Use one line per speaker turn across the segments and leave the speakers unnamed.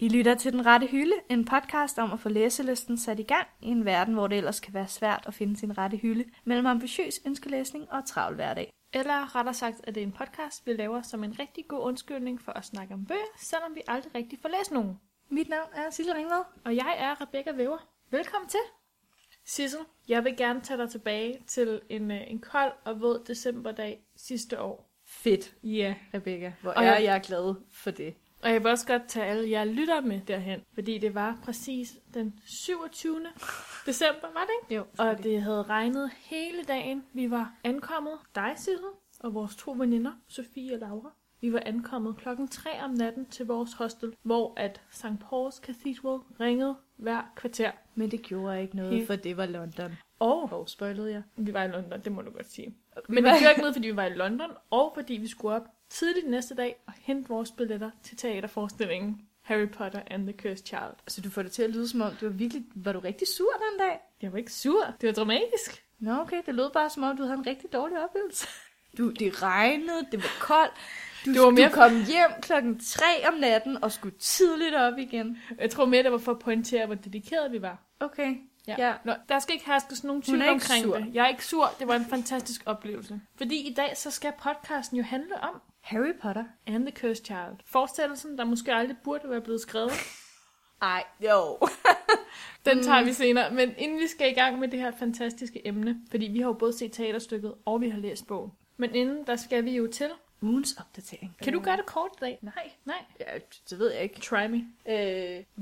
I lytter til Den Rette Hylde, en podcast om at få læselisten sat i gang i en verden, hvor det ellers kan være svært at finde sin rette hylde mellem ambitiøs ønskelæsning og travl hverdag.
Eller rettere sagt, at det er en podcast, vi laver som en rigtig god undskyldning for at snakke om bøger, selvom vi aldrig rigtig får læst nogen.
Mit navn er Sille Ringvad.
Og jeg er Rebecca Væver. Velkommen til! Sissel, jeg vil gerne tage dig tilbage til en, øh, en kold og våd decemberdag sidste år.
Fedt,
Ja. Yeah.
Rebecca. Hvor
Og
er
jeg-
jeg glad for det.
Og jeg vil også godt tage alle jer lytter med derhen, fordi det var præcis den 27. december, var det ikke?
Jo,
Og det havde regnet hele dagen. Vi var ankommet, dig Sissel, og vores to veninder, Sofie og Laura. Vi var ankommet klokken 3 om natten til vores hostel, hvor at St. Paul's Cathedral ringede hver kvarter.
Men det gjorde ikke noget,
Helt-
for det var London.
Og
Hvor spoilede jeg?
vi var i London, det må du godt sige.
Vi
Men det
var-
gjorde ikke noget, fordi vi var i London, og fordi vi skulle op tidligt næste dag og hente vores billetter til teaterforestillingen Harry Potter and the Cursed Child.
Så du får det til at lyde som om, du var virkelig, var du rigtig sur den dag?
Jeg var ikke sur. Det var dramatisk.
Nå okay, det lød bare som om, du havde en rigtig dårlig oplevelse. Du, det regnede, det var koldt. Du,
Det var mere-
du kom hjem klokken 3 om natten og skulle tidligt op igen.
Jeg tror mere, det var for at pointere, hvor dedikeret vi var.
Okay.
Ja.
Ja.
Nå, der skal ikke herske sådan nogen
Hun er
tvivl
ikke
omkring
sur.
det. Jeg er ikke sur. Det var en fantastisk oplevelse. Fordi i dag, så skal podcasten jo handle om
Harry Potter?
And the Cursed Child. Forestillelsen, der måske aldrig burde være blevet skrevet.
Ej, jo.
Den tager
Mm.
vi senere. Men inden vi skal i gang med det her fantastiske emne, fordi vi har jo både set teaterstykket, og vi har læst bogen. Men inden, der skal vi jo til.
Ugens opdatering.
Kan du gøre det kort i dag?
Nej,
Nej.
Øh. ja, det ved jeg ikke.
Try me.
Øh,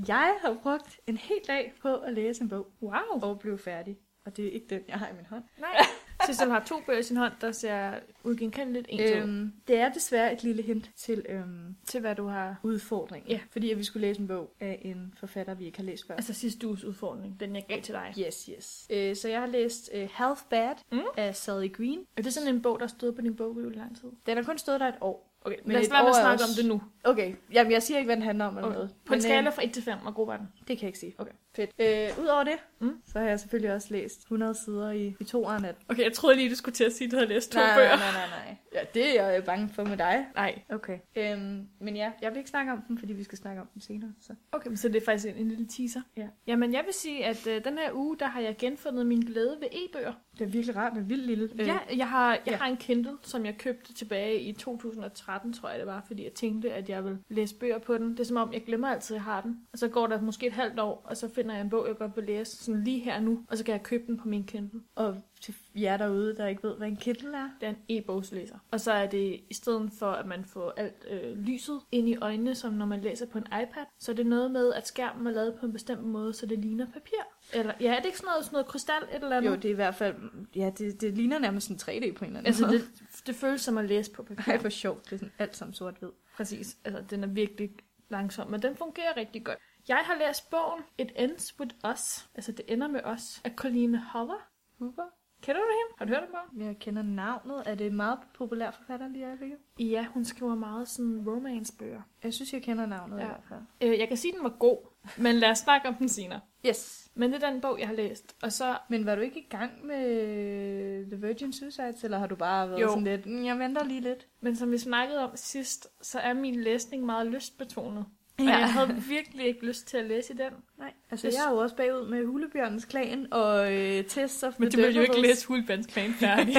jeg har brugt en hel dag på at læse en bog.
Wow.
og blev færdig. Og det er ikke den, jeg har i min hånd.
Nej. Sissel har to bøger i sin hånd, der ser uigenkendeligt en til. Øhm.
Øhm, det er desværre et lille hint til øhm,
Til hvad du har...
udfordringen.
Ja.
Fordi at vi skulle læse en bog af en forfatter, vi ikke har læst før.
Altså sidste uges udfordring, den jeg gav til dig.
Yes, yes. Øh, så jeg har læst øh, Half Bad
Mm.
af Sally Green.
Er det sådan en bog, der stod på din bogreol i lang tid?
Den har kun stået der et år.
Okay,
men
lad os
et
lade være med
år
at
er
snakke om
også-
det nu.
Okay, jamen jeg siger ikke, hvad den handler om eller
Okay.
noget.
På en
Men,
skala
Øh,
fra 1 til 5, hvor god var den?
det kan jeg ikke sige.
Okay.
Fedt. Øh, Udover det,
Mm.
mm. så har jeg selvfølgelig også læst 100 sider i, i toeren af den.
Okay, jeg troede lige, du skulle til at sige, at du havde læst to
nej,
bøger.
nej, nej, nej, nej. Ja, det er jeg bange for med dig.
Nej.
Okay. Øhm, men ja, jeg vil ikke snakke om dem, fordi vi skal snakke om dem senere. Så.
Okay, men så det er faktisk en, en lille teaser.
Ja.
Jamen, jeg vil sige, at øh, den her uge, der har jeg genfundet min glæde ved e-bøger.
Det er virkelig rart med vild lille.
Øh, ja, jeg, har, jeg
ja.
har en Kindle, som jeg købte tilbage i 2013, tror jeg det var, fordi jeg tænkte, at jeg ville læse bøger på den. Det er som om, jeg glemmer altid, at jeg har den. Og så går der måske et halvt år, og så finder jeg en bog, jeg godt vil læse sådan lige her nu, og så kan jeg købe den på min Kindle.
Og til jer derude, der ikke ved, hvad en Kindle er.
Det er en e-bogslæser. Og så er det, i stedet for at man får alt øh, lyset ind i øjnene, som når man læser på en iPad, så er det noget med, at skærmen er lavet på en bestemt måde, så det ligner papir. Eller, ja, er det ikke sådan noget, sådan noget krystal et eller andet?
Jo, det er i hvert fald... Ja, det, det ligner nærmest en 3D på en eller anden
Altså,
måde.
det, det føles som at læse på papir.
Ej, hvor sjovt. Det er sådan alt sammen sort-hvid.
Præcis. Altså, den er virkelig langsom, men den fungerer rigtig godt. Jeg har læst bogen It Ends With Us, altså Det Ender Med Os, af Colleen Hoover.
Hoover?
Kender du hende? Har du hørt om bogen?
Jeg kender navnet. Er det en meget populær forfatter lige i øjeblikket?
Ja, hun skriver meget sådan romance-bøger.
Jeg synes, jeg kender navnet
Ja.
ja. i hvert fald.
Øh, jeg kan sige, at den var god, men lad os snakke om den senere.
Yes.
Men det er den bog, jeg har læst. Og så,
Men var du ikke i gang med øh, The Virgin Suicides, eller har du bare været
Jo.
jo. sådan lidt, "Mm, jeg venter lige lidt?
men som vi snakkede om sidst, så er min læsning meget lystbetonet. Ja. Og
Ja.
jeg havde virkelig ikke lyst til at læse i den.
Nej, altså
Jeg
jeg,
sy-
er jo også bagud med Hulebjørnens Klan og øh, Test of the Devils.
Hulbands Klan færdig.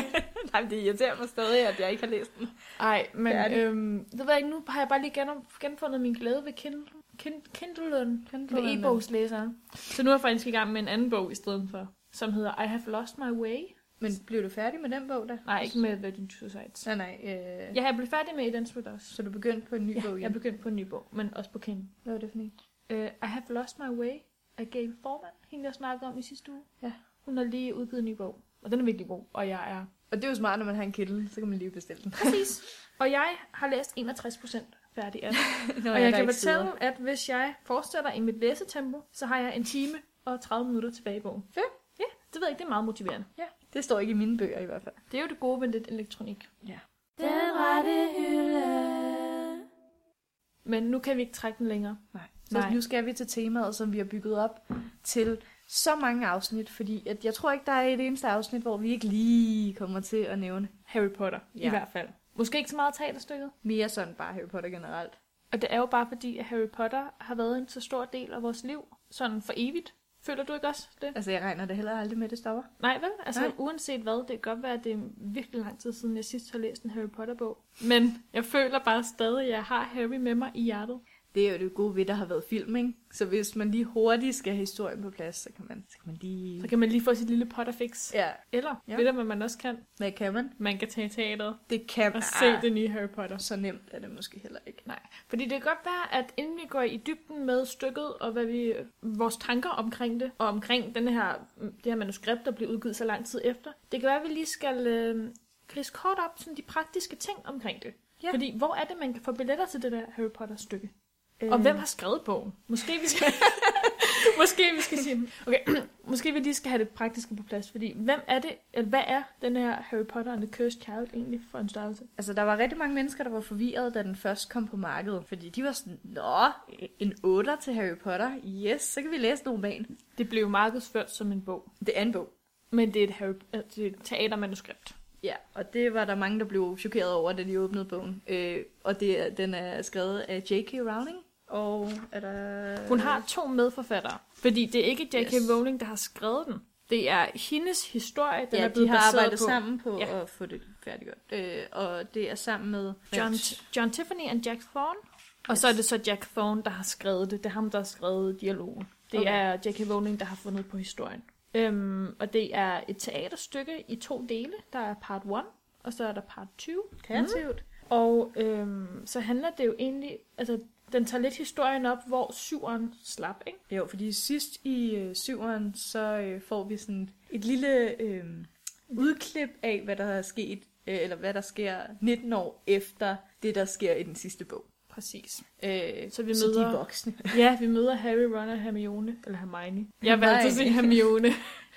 Nej, men det irriterer mig stadig, at jeg ikke har læst den.
Nej, men
Det er det.
øhm, det ved jeg ikke, nu har jeg bare lige gen, genfundet min glæde ved Kindle. Kin- Kindlen,
Kindlen,
ved
ja.
e-bogslæseren. Så nu er jeg faktisk i gang med en anden bog i stedet for, som hedder I Have Lost My Way.
Men blev du færdig med den bog da?
Nej, ikke med Virgin Suicides.
Nej, nej. Øh,
Ja, jeg blev færdig med i den slutter
Så
også.
du begyndte på en ny bog
Ja, jeg
igen?
begyndte på en ny bog, men også på Kindle.
Hvad var det for en?
Uh, I Have Lost My Way af Gabe Forman, hende jeg snakkede om i sidste uge.
Ja.
Hun har lige udgivet en ny bog, og den er virkelig god, og jeg er...
Og det er jo smart, når man har en kittel, så kan man lige bestille den.
Præcis. og jeg har læst 61 procent færdig af den.
Nå,
og jeg
der
kan
ikke
fortælle,
sidder.
at hvis jeg fortsætter i mit læsetempo, så har jeg en time og 30 minutter tilbage i bogen.
Fedt.
Ja, det ved jeg ikke, det er meget motiverende.
Ja, det står ikke i mine bøger i hvert fald.
Det er jo det gode ved lidt elektronik.
Ja.
Den rette hylde.
Men nu kan vi ikke trække den længere.
Nej. Så
Nej.
nu skal vi til temaet, som vi har bygget op til så mange afsnit, fordi at jeg tror ikke, der er et eneste afsnit, hvor vi ikke lige kommer til at nævne
Harry Potter, ja. i
Ja.
hvert fald. Måske ikke så meget teaterstykket.
mere sådan bare Harry Potter generelt.
Og det er jo bare fordi, at Harry Potter har været en så stor del af vores liv, sådan for evigt. Føler du ikke også det?
Altså, jeg regner det heller aldrig med, at det stopper.
Nej, vel? Altså,
Nej.
Nej. uanset hvad, det kan godt være, at det er virkelig lang tid siden, jeg sidst har læst en Harry Potter-bog. Men jeg føler bare stadig, at jeg har Harry med mig i hjertet.
Det er jo det gode ved, der har været film, ikke? Så hvis man lige hurtigt skal have historien på plads, så kan man, så kan man lige...
Så kan man lige få sit lille Potter-fix.
Ja,
Eller,
Ja.
ja. ved du, hvad man også kan?
hvad kan man?
Man kan tage i teateret
Det kan man. Ah.
og se det nye Harry Potter.
Så nemt er det måske heller ikke.
Fordi det kan godt være, at inden vi går i dybden med stykket, og hvad vi, vores tanker omkring det, og omkring den her, det her manuskript, der bliver udgivet så lang tid efter, det kan være, at vi lige skal øh, krise kort op sådan de praktiske ting omkring det.
Ja.
Ja. Fordi hvor er det, man kan få billetter til det der Harry Potter-stykke? Øh. Og hvem har skrevet bogen? Måske vi skal... måske vi skal sige... Okay, måske vi lige skal have det praktiske på plads, fordi hvem er det, eller hvad er den her Harry Potter and the Cursed Child egentlig for en størrelse?
Altså, der var rigtig mange mennesker, der var forvirrede, da den først kom på markedet. Fordi de var sådan, nå, en 8'er til Harry Potter. Yes, så kan vi læse en roman.
Det blev markedsført som en bog.
Det er en bog.
Men det er et, Harry, øh, det er et teatermanuskript.
Ja, og det var der mange, der blev chokeret over, da de åbnede bogen. Øh, og det, er- den er skrevet af J.K. Rowling. Og er der...
Hun har to medforfattere, fordi det er ikke J.K.
Yes.
Yes. Rowling, der har skrevet den. Det er hendes historie, den
ja,
er blevet
de har
baseret
arbejdet
på.
sammen på ja.
Ja.
at få det færdiggjort. Øh, og det er sammen med...
John, John Tiffany og Jack Thorne. Og så er det så Jack Thorne, der har skrevet det. Det er ham, der har skrevet dialogen. Det
Okay.
okay. er J.K. Rowling, der har fundet på historien. Øhm, og det er et teaterstykke i to dele. Der er part 1, og så er der part 20.
Kreativt.
Og øhm, så handler det jo egentlig... Altså, den tager lidt historien op, hvor syveren slap, ikke?
Mm. Jo, fordi sidst i øh, syveren, så øh, får vi sådan et lille øh, udklip af, hvad der er sket, øh, eller hvad der sker 19 år efter det, der sker i den sidste bog.
Præcis.
Øh,
Så vi
så de er
møder-
voksne.
Ja, vi møder Harry, Ron og Hermione. Eller Hermione. Jeg vil
Hermione.
altid sige Hermione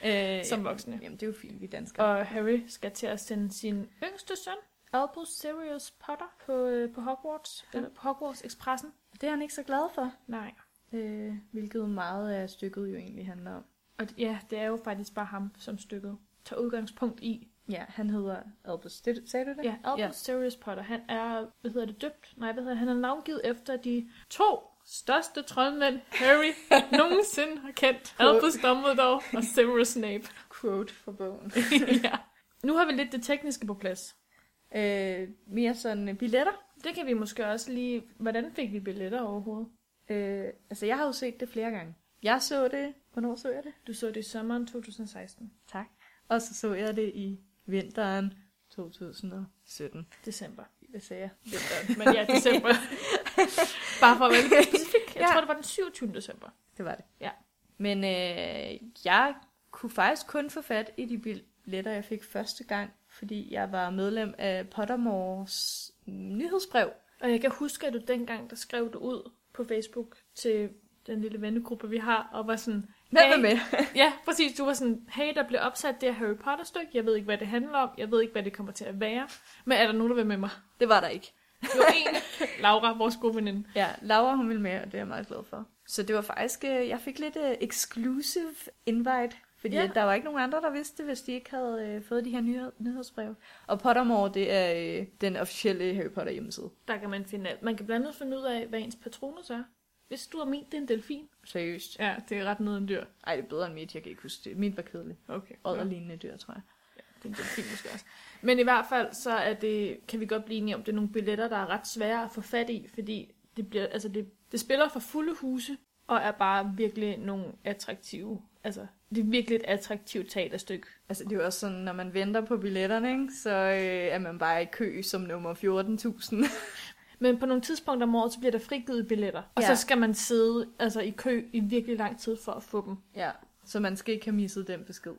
Øh,
som
ja.
voksne.
Jamen, det er jo fint, vi danskere.
Og Harry skal til at sende sin yngste søn, Albus Sirius Potter, på, øh, på Hogwarts.
Ja.
Eller på Hogwarts Expressen.
Det er han ikke så glad for,
Nej.
øh, hvilket meget af stykket jo egentlig handler om.
Og d- ja, det er jo faktisk bare ham, som stykket tager udgangspunkt i.
Ja, han hedder Albus. Det, sagde du det?
Ja, Albus
Ja.
ja. Sirius Potter, han er, hvad hedder det, døbt? Nej, hvad hedder det? han er navngivet efter de to største troldmænd, Harry nogensinde har kendt. Albus Dumbledore og Severus Snape.
Quote for bogen.
ja. Nu har vi lidt det tekniske på plads.
øh, mere sådan øh, billetter.
Det kan vi måske også lige... Hvordan fik vi billetter overhovedet?
Øh, altså, jeg har jo set det flere gange. Jeg så det. Hvornår så jeg det?
Du så det i sommeren 2016,
Tak. Og så så jeg det i vinteren 2017.
december.
Hvad sagde jeg?
Vinteren. Men ja, december. Bare for at være lidt specifik. Jeg
Ja.
ja. tror, det var den 27. december.
Det var det.
Ja.
Men øh, jeg kunne faktisk kun få fat i de billetter, jeg fik første gang, fordi jeg var medlem af Pottermores nyhedsbrev.
Og jeg kan huske, at du dengang, der skrev du ud på Facebook til den lille vennegruppe, vi har, og var sådan,
Hvad
Hey.
var med?
ja, præcis, du var sådan, hey, der blev opsat det her Harry Potter-stykke, jeg ved ikke, hvad det handler om, jeg ved ikke, hvad det kommer til at være, men er der nogen, der vil med mig?
Det var der ikke.
Jo, en, Laura, vores gode veninde.
Ja, Laura hun ville med, og det er jeg meget glad for. Så det var faktisk, øh, jeg fik lidt øh, exclusive invite, fordi
Ja.
ja. der var ikke nogen andre, der vidste det, hvis de ikke havde øh, fået de her nyhed- nyhedsbrev. Og Pottermore, det er øh, den officielle Harry Potter hjemmeside.
Der kan man finde alt. Man kan blandt andet finde ud af, hvad ens patronus er. Hvis du har ment, det er en delfin.
Seriøst.
Ja, det er ret nederen dyr.
Ej, det er bedre end mit, jeg kan ikke huske det. Mit var kedeligt.
Okay.
Og ja.
ja,
lignende dyr, tror jeg.
det er en delfin måske også. Men i hvert fald, så er det, kan vi godt blive enige om, det er nogle billetter, der er ret svære at få fat i, fordi det, bliver, altså det, det spiller for fulde huse, og er bare virkelig nogle attraktive, altså det er virkelig et attraktivt teaterstykke.
Altså, det er jo også sådan, når man venter på billetterne, ikke, så øh, er man bare i kø som nummer 14.000.
Men på nogle tidspunkter om året, så bliver der frigivet billetter, og
Ja.
så skal man sidde altså, i kø i virkelig lang tid for at få dem.
ja, så man skal ikke have misset den besked.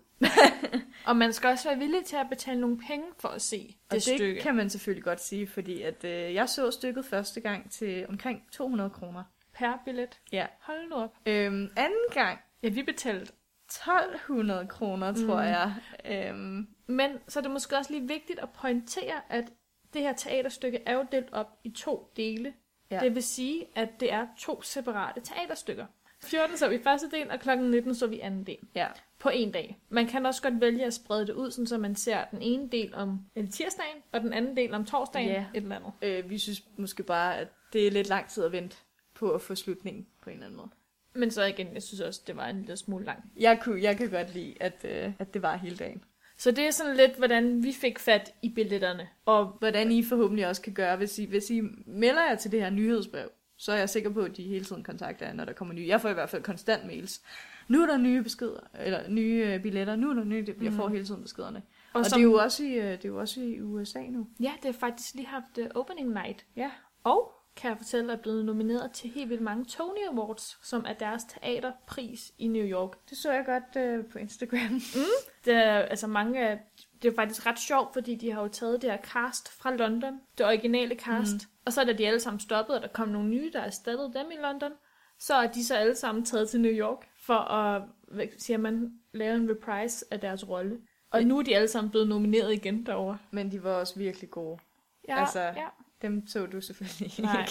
Og man skal også være villig til at betale nogle penge for at se det,
Og det, det
stykke.
kan man selvfølgelig godt sige, fordi at øh, jeg så stykket første gang til omkring 200 kroner.
Per billet.
Ja.
Hold nu op.
Øhm, anden gang
Ja, vi betalte.
1200 kroner, tror
Mm.
jeg. Øhm,
Men så er det måske også lige vigtigt at pointere, at det her teaterstykke er jo delt op i to dele.
Ja.
Ja. Det vil sige, at det er to separate teaterstykker. 14 så vi første del, og kl. 19 så vi anden del.
ja.
På en dag. Man kan også godt vælge at sprede det ud, sådan så man ser den ene del om øh, tirsdagen, og den anden del om torsdagen,
Ja.
et eller andet.
Øh, vi synes måske bare, at det er lidt lang tid at vente på at få slutningen på en eller anden måde.
Men så igen, jeg synes også, det var en lille smule lang.
Jeg, kunne, jeg kan godt lide, at, øh, at det var hele dagen.
Så det er sådan lidt, hvordan vi fik fat i billetterne.
Og hvordan I forhåbentlig også kan gøre, hvis I, hvis I melder jer til det her nyhedsbrev, så er jeg sikker på, at de hele tiden kontakter jer, når der kommer nye. Jeg får i hvert fald konstant mails. Nu er der nye beskeder, eller nye øh, billetter, nu er der nye, jeg får
Mhm.
hele tiden beskederne.
Og,
Og, og som... det, er jo også i, øh, det er jo også i USA nu.
Ja, det har faktisk lige haft uh, opening night.
Ja.
Og, kan jeg fortælle, er blevet nomineret til helt vildt mange Tony Awards, som er deres teaterpris i New York.
Det så jeg godt øh, på Instagram.
Det er, altså mange af, det er faktisk ret sjovt, fordi de har jo taget det her cast fra London, det originale cast,
Mhm.
mm. og så er der de alle sammen stoppet, og der kom nogle nye, der erstattede dem i London. Så er de så alle sammen taget til New York for at, hvad siger man, lave en reprise af deres rolle. Og nu er de alle sammen blevet nomineret igen derovre.
Men de var også virkelig gode.
Ja,
Altså-
ja.
Dem så du selvfølgelig ikke.
Nej.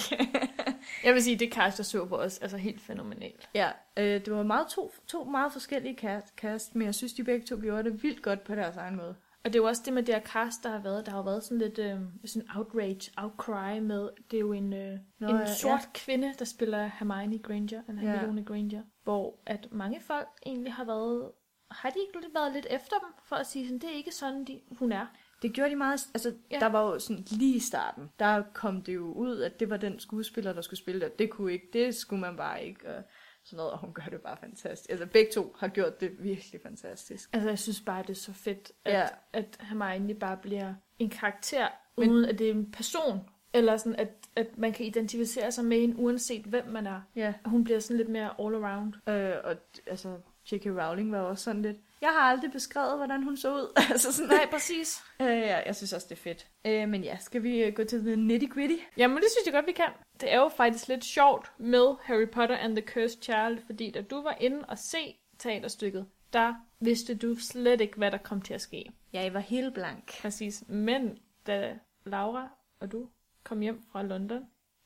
Jeg vil sige, det cast, jeg så på os, altså helt fænomenalt.
Ja, øh, det var meget to, to meget forskellige cast, cast, men jeg synes, de begge to gjorde det vildt godt på deres egen måde.
Og det er jo også det med det her cast, der har været. Der har jo været sådan lidt øh, sådan outrage, outcry med, det er jo en, øh,
Nå,
Nå, en
ja,
sort ja. kvinde, der spiller Hermione Granger, eller
Ja.
Hermione Granger, hvor at mange folk egentlig har været, har de ikke lidt- været lidt efter dem, for at sige sådan, det er ikke sådan, de, hun er.
Det gjorde de meget, altså ja.
Ja.
der var jo sådan lige i starten, der kom det jo ud, at det var den skuespiller, der skulle spille det, det kunne ikke, det skulle man bare ikke, og sådan noget, og hun gør det bare fantastisk. Altså begge to har gjort det virkelig fantastisk.
Altså, jeg synes bare, det er så fedt, at,
Ja.
ja. at Hermione bare bliver en karakter,
Men-
Men... uden at det er en person, eller sådan, at, at man kan identificere sig med hende, uanset hvem man er.
Ja,
Hun bliver sådan lidt mere all around.
øh, og d- altså J.K. Rowling var også sådan lidt, jeg har aldrig beskrevet, hvordan hun så ud. altså sådan,
Nej, præcis.
øh, ja, jeg synes også, det er fedt. Øh, men ja, skal vi øh, gå til the nitty gritty?
Jamen, det synes jeg godt, vi kan. Det er jo faktisk lidt sjovt med Harry Potter and the Cursed Child, fordi da du var inde og se teaterstykket, der vidste du slet ikke, hvad der kom til at ske.
Ja, jeg var helt blank.
Præcis. Men da Laura og du kom hjem fra London,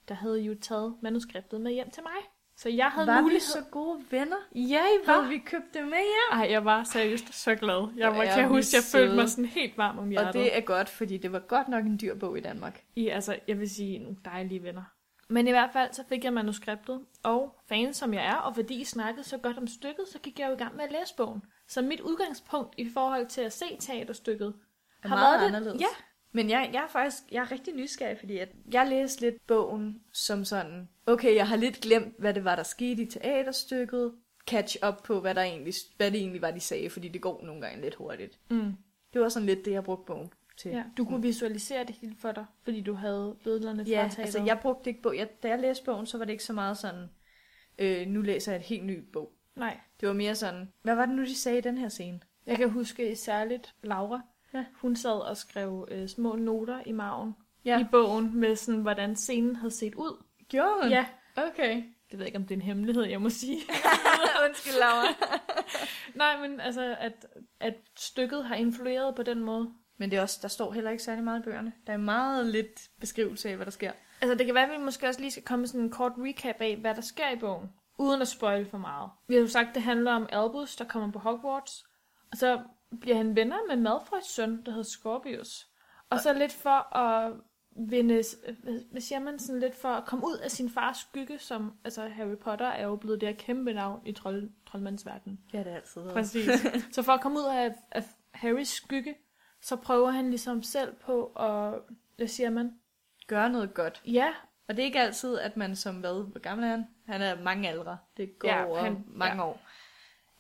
der havde I jo taget manuskriptet med hjem til mig. Så jeg havde
var
mulighed...
vi så gode venner?
Ja, I
Havde
var.
vi købt det med jer?
Ej, jeg var seriøst så glad. Jeg var,
Ja,
kan jeg
vi er
huske, jeg følte mig
søde.
sådan helt varm
Ja,
om hjertet.
og det er godt, fordi det var godt nok en dyr bog i Danmark.
I, altså, jeg vil sige, nogle dejlige venner. Men i hvert fald, så fik jeg manuskriptet, og fan som jeg er, og fordi I snakkede så godt om stykket, så gik jeg jo i gang med at læse bogen. Så mit udgangspunkt i forhold til at se teaterstykket,
Er
Har
meget
været det-
anderledes.
ja.
Men jeg, jeg er faktisk jeg er rigtig nysgerrig, fordi at jeg læste lidt bogen som sådan, okay, jeg har lidt glemt, hvad det var, der skete i teaterstykket. Catch up på, hvad, der egentlig, hvad det egentlig var, de sagde, fordi det går nogle gange lidt hurtigt.
mm,
Det var sådan lidt det, jeg brugte bogen til.
ja, du kunne visualisere det hele for dig, fordi du havde billederne fra
Ja,
teateret.
altså jeg brugte ikke bog. Jeg, da jeg læste bogen, så var det ikke så meget sådan, øh, nu læser jeg et helt ny bog.
Nej,
Det var mere sådan, hvad var det nu, de sagde i den her scene?
jeg kan huske særligt Laura.
Ja.
Hun sad og skrev øh, små noter i maven
Ja.
ja. i bogen med sådan, hvordan scenen havde set ud.
Gjorde hun?
Ja,
Mm. Okay.
det ved jeg ikke, om det er en hemmelighed, jeg må sige.
Undskyld, Laura.
Nej, men altså, at, at stykket har influeret på den måde.
Men det er også, der står heller ikke særlig meget i bøgerne. Der er meget lidt beskrivelse af, hvad der sker.
Altså, det kan være, at vi måske også lige skal komme med sådan en kort recap af, hvad der sker i bogen, uden at spoil for meget. Vi har jo sagt, at det handler om Albus, der kommer på Hogwarts, og så bliver han venner med Malfoys søn, der hedder Scorpius. Og så lidt for at vinde, hvad- hvad siger man, sådan lidt for at komme ud af sin fars skygge, som, altså Harry Potter er jo blevet det her kæmpe navn i trold, troldmandsverdenen.
Ja, det er altid været.
Præcis. så for at komme ud af, af Harrys skygge, så prøver han ligesom selv på at, hvad siger man?
Gør noget godt.
Ja,
Og det er ikke altid, at man som hvad? Hvor gammel er han? Han er mange aldre. Det går ja,
Ja,
over han,
han-
mange ja. år.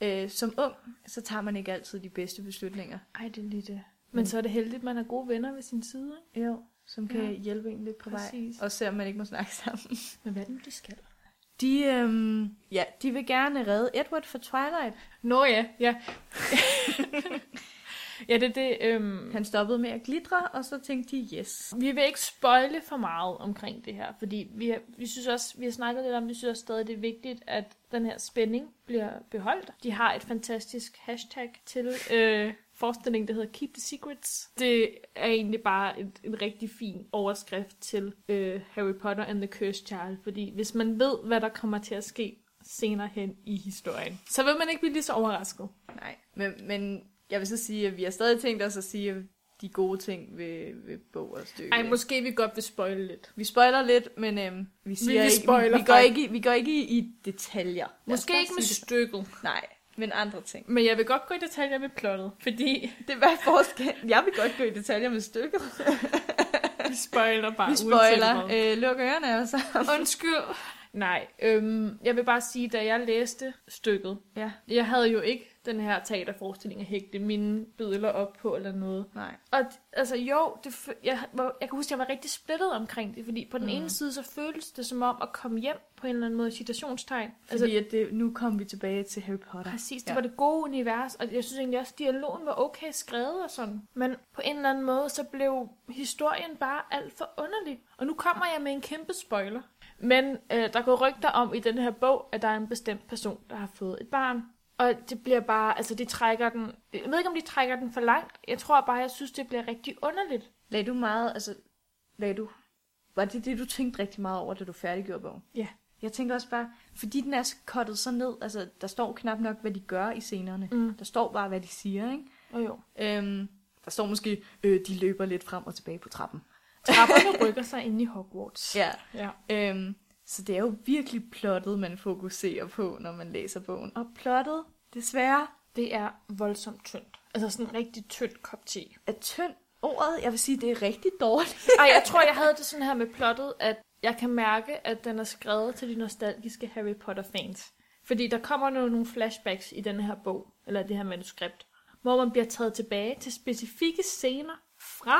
Øh, som ung, så tager man ikke altid de bedste beslutninger.
ej det er lige det. Men
Mm.
så er det heldigt, at man har gode venner ved sin side, ikke?
Jo, som kan ja.
Ja.
hjælpe en lidt på vej.
Præcis.
Og selvom man ikke må snakke sammen.
Men hvad er det, de skal?
De, øhm, ja, de vil gerne redde Edward fra Twilight.
Nå ja, ja. ja, det er det. Øhm,
Han stoppede med at glitre, og så tænkte de, yes.
vi vil ikke spoile for meget omkring det her, fordi vi, har, vi synes også, vi har snakket lidt om, vi synes også stadig, det er vigtigt, at den her spænding bliver beholdt. De har et fantastisk hashtag til øh, forestillingen, der hedder Keep the Secrets. Det er egentlig bare et, en rigtig fin overskrift til øh, Harry Potter and the Cursed Child, fordi hvis man ved, hvad der kommer til at ske senere hen i historien, så vil man ikke blive lige så overrasket.
Nej, men, men jeg vil så sige, at vi har stadig tænkt os at sige, at de gode ting ved, ved bog og stykke.
Ej, måske vi godt vil spoile lidt.
Vi spoiler lidt, men øhm, vi siger
vi spoiler
ikke, vi, går
faktisk.
ikke, i- vi går ikke i, i detaljer. Lad os
Måske
bare
ikke med
sige
stykket.
det. Nej, men andre ting.
Men jeg vil godt gå i detaljer med plottet, fordi
Det er bare forskel. Jeg vil godt gå i detaljer med stykket.
vi spoiler bare
Vi spoiler. Øh, luk ørerne altså.
Øh, Undskyld. Nej, øhm, jeg vil bare sige, da jeg læste stykket,
Ja,
jeg havde jo ikke den her teaterforestilling at hægte mine billeder op på eller noget.
nej.
Og d- altså jo, det, fø- jeg, var, jeg kan huske, at jeg var rigtig splittet omkring det, fordi på den
Mm.
mm. ene side så føltes det som om at komme hjem på en eller anden måde, i citationstegn.
Fordi altså, at det, nu kommer vi tilbage til Harry Potter.
Præcis, det
Ja.
ja. var det gode univers, og jeg synes egentlig også, at dialogen var okay skrevet og sådan. Men på en eller anden måde, så blev historien bare alt for underlig. Og nu kommer jeg med en kæmpe spoiler. Men øh, der går rygter om i den her bog, at der er en bestemt person, der har fået et barn. Og det bliver bare, altså de trækker den, jeg ved ikke om de trækker den for langt, jeg tror bare, jeg synes, det bliver rigtig underligt.
Lagde du meget, altså, lagde du, var det det, du tænkte rigtig meget over, da du færdiggjorde bogen?
Ja.
Jeg tænkte også bare, fordi den er så kottet så ned, altså, der står knap nok, hvad de gør i scenerne.
Mm.
Der står bare, hvad de siger, ikke?
Og jo,
Øhm, der står måske, øh, de løber lidt frem og tilbage på trappen.
trapperne rykker sig ind i Hogwarts.
Ja.
ja.
Øhm, så det er jo virkelig plottet, man fokuserer på, når man læser bogen. Og plottet, desværre,
Det er voldsomt tyndt. Altså sådan en rigtig tynd kop te.
er tynd ordet. Jeg vil sige, det er rigtig dårligt.
Ej, jeg tror, jeg havde det sådan her med plottet, at jeg kan mærke, at den er skrevet til de nostalgiske Harry Potter-fans. Fordi der kommer nu nogle flashbacks i den her bog, eller det her manuskript, hvor man bliver taget tilbage til specifikke scener fra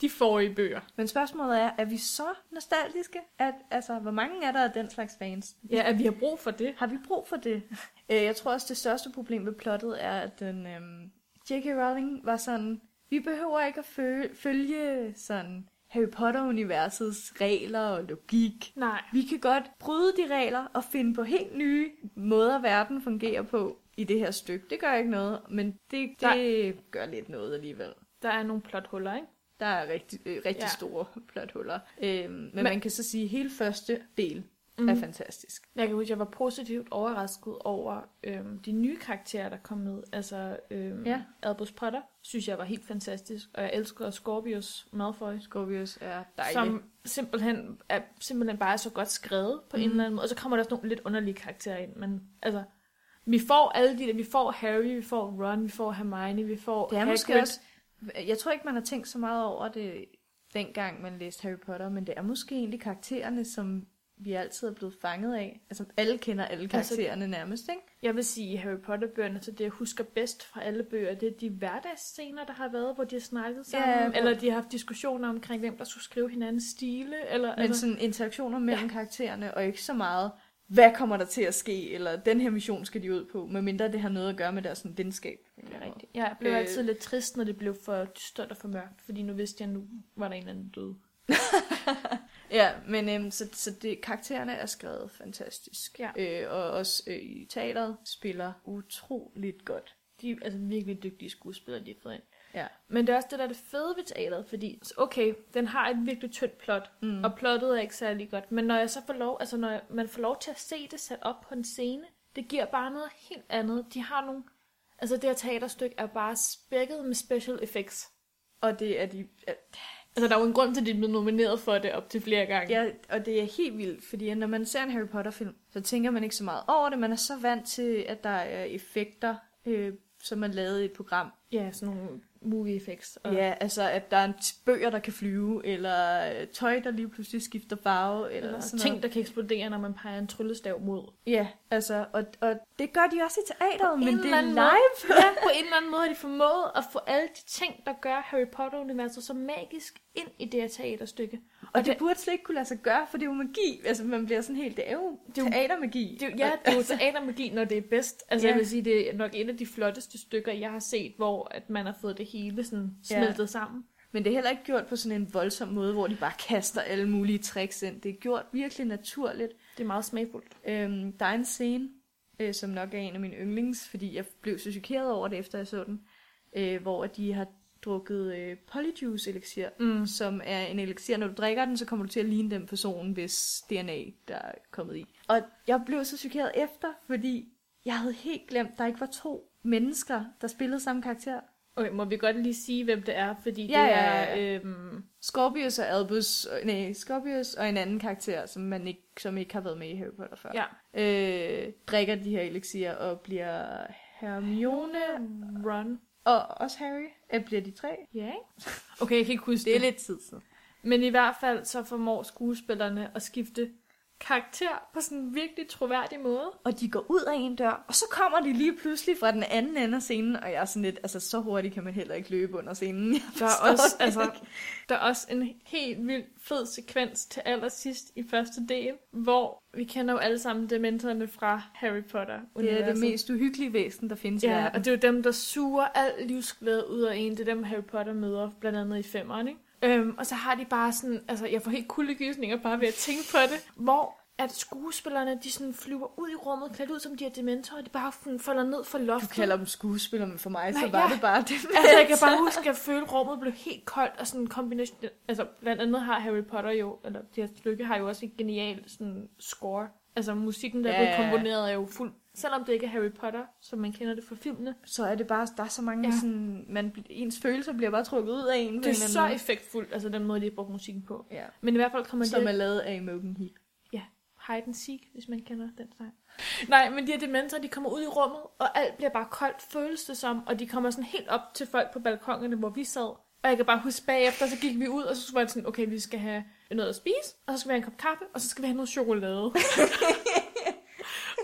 de forrige bøger.
Men spørgsmålet er, er vi så nostalgiske? At, altså, hvor mange er der af den slags fans?
Ja, at vi har brug for det.
Har vi brug for det? Øh, jeg tror også, det største problem ved plottet er, at den øhm, J.K. Rowling var sådan, vi behøver ikke at følge, følge sådan Harry Potter-universets regler og logik.
Nej.
Vi kan godt bryde de regler og finde på helt nye måder, verden fungerer på i det her stykke. Det gør ikke noget, men det, det gør lidt noget alligevel.
Der er nogle plothuller, ikke?
Der er rigtig, øh, rigtig ja.
Ja.
store plothuller. Øhm, men, men
Men- Mhm.
man kan så sige, at hele første del mm. er fantastisk.
Jeg kan huske, at jeg var positivt overrasket over øhm, de nye karakterer, der kom med. Altså, øhm,
Ja.
ja. Albus Potter synes jeg var helt fantastisk, og jeg elsker Scorpius Malfoy.
Scorpius er dejlig.
som simpelthen, er, simpelthen bare er så godt skrevet på mm. en
Mhm.
eller anden måde. Og så kommer der også nogle lidt underlige karakterer ind, men altså, vi får alle de der, vi får Harry, vi får Ron, vi får Hermione, vi får
Det er
Hagrid.
måske også... Jeg tror ikke, man har tænkt så meget over det, dengang man læste Harry Potter, men det er måske egentlig karaktererne, som vi altid er blevet fanget af. Altså, alle kender alle
Altså-
karaktererne nærmest, ikke?
Jeg vil sige, Harry Potter-bøgerne, så det jeg husker bedst fra alle bøger, det er de hverdagsscener, der har været, hvor de har snakket sammen,
Ja, hvor-
eller de har haft diskussioner omkring, hvem der skulle skrive hinandens stile, eller...
Men
altså,
sådan interaktioner mellem ja. karaktererne, og ikke så meget, hvad kommer der til at ske, eller den her mission skal de ud på, medmindre det har noget at gøre med deres sådan, venskab.
det er rigtigt. Jeg blev
Øh.
øh... altid lidt trist, når det blev for dystert og for mørkt, fordi nu vidste jeg, at nu var der en eller anden død.
Ja, men øhm, så, så det, karaktererne er skrevet fantastisk.
Ja.
Øh, og også øh, i teateret spiller utroligt godt.
De er altså virkelig dygtige skuespillere, de har fået ind.
Ja.
Men det er også det, der er det fede ved teateret, fordi okay, den har et virkelig tyndt plot,
Mm.
mm. og plottet er ikke særlig godt, men når jeg så får lov, altså når jeg, man får lov til at se det sat op på en scene, det giver bare noget helt andet. De har nogle, altså det her teaterstykke er bare spækket med special effects.
Og det er de øh, er
Altså der er jo en grund til, at de er blevet nomineret for det op til flere gange.
Ja, og det er helt vildt, fordi når man ser en Harry Potter-film, så tænker man ikke så meget over det. Man er så vant til, at der er effekter, øh, som er lavet i et program.
ja sådan nogle movie effects.
Og... Ja, altså at der er en t- bøger, der kan flyve, eller øh, tøj, der lige pludselig skifter farve, eller,
eller
sådan
ting,
noget.
der kan eksplodere, når man peger en tryllestav mod.
Ja, altså, og, og det gør de også i teateret, men
en
det
eller
er
anden
live.
ja, på en eller anden måde har de formået at få alle de ting, der gør Harry Potter-universet så magisk ind i det her teaterstykke.
Og det, det burde slet ikke kunne lade sig gøre, for det er jo magi. Altså, man bliver sådan helt, det er jo
er jo-
teatermagi.
Det, er jo- ja, det er jo teatermagi, når det er bedst. Altså,
Ja.
ja. jeg vil sige, det er nok en af de flotteste stykker, jeg har set, hvor at man har fået det hele sådan
Ja.
smeltet ja. sammen.
Men det er heller ikke gjort på sådan en voldsom måde, hvor de bare kaster alle mulige tricks ind. Det er gjort virkelig naturligt.
Det er meget smagfuldt.
Øhm, der er en scene, øh, som nok er en af mine yndlings, fordi jeg blev så chokeret over det, efter jeg så den, øh, hvor at de har drukket øh, polyjuice-elixir,
Mm.
som er en elixir. Når du drikker den, så kommer du til at ligne den person, hvis DNA der er kommet i. Og jeg blev så chokeret efter, fordi jeg havde helt glemt, der ikke var to mennesker, der spillede samme karakter.
Okay, må vi godt lige sige, hvem det er, fordi
Ja,
det
ja,
er...
ja,
Øhm,
Scorpius og Albus, og- nej, Scorpius og en anden karakter, som, man ikke, som ikke har været med i Harry Potter før,
ja.
øh, drikker de her elixier og bliver Hermione
Ron.
og også Harry. Øh, bliver de tre?
Ja, ikke? Okay, jeg kan ikke huske det.
lidt tid siden.
Men i hvert fald så formår skuespillerne at skifte karakter på sådan en virkelig troværdig måde.
Og de går ud af en dør.
Og så kommer de lige pludselig fra den anden ende af scenen, og jeg er sådan lidt, altså så hurtigt kan man heller ikke løbe under scenen. Jeg
Der
forstår
er, også,
det ikke.
altså, der er også en helt vild fed sekvens til allersidst i første del, hvor vi kender jo alle sammen dementorerne fra Harry Potter.
Det er det mest uhyggelige væsen, der findes i
Ja,
verden.
og det er jo dem, der suger al livsglæde ud af en. Det er dem, Harry Potter møder, blandt andet i femmeren, ikke? Øhm, og så har de bare sådan, altså jeg får helt kuldegysninger bare ved at tænke på det, hvor at skuespillerne, de sådan flyver ud i rummet, klædt ud som de er dementorer, og de bare sådan falder ned fra
Du
loftet.
kalder dem skuespillere, men for mig så
Nej,
var
ja.
det bare det.
Altså, jeg kan bare huske, at jeg følte, at rummet blev helt koldt, og sådan en kombination... Altså, blandt andet har Harry Potter jo, eller de her stykke har jo også en genial sådan, score. Altså, musikken, der
Ja,
ja, blev
ja, ja.
komponeret, er jo fuld... Selvom det ikke er Harry Potter, som man kender det fra filmene,
Så er det bare, der er så mange,
Ja.
ja. sådan, man, bl- ens følelser bliver bare trukket ud af en.
det er så effektfuldt, altså den måde, de har brugt musikken på.
ja.
Men i hvert fald kommer
Som
de
er lavet af Mogen Heap.
hide and seek, hvis man kender den sang. Nej, men de her dementorer, de kommer ud i rummet, og alt bliver bare koldt, føles det som, og de kommer sådan helt op til folk på balkongerne, hvor vi sad. Og jeg kan bare huske bagefter, så gik vi ud, og så var det sådan, okay, vi skal have noget at spise, og så skal vi have en kop kaffe, og så skal vi have noget chokolade.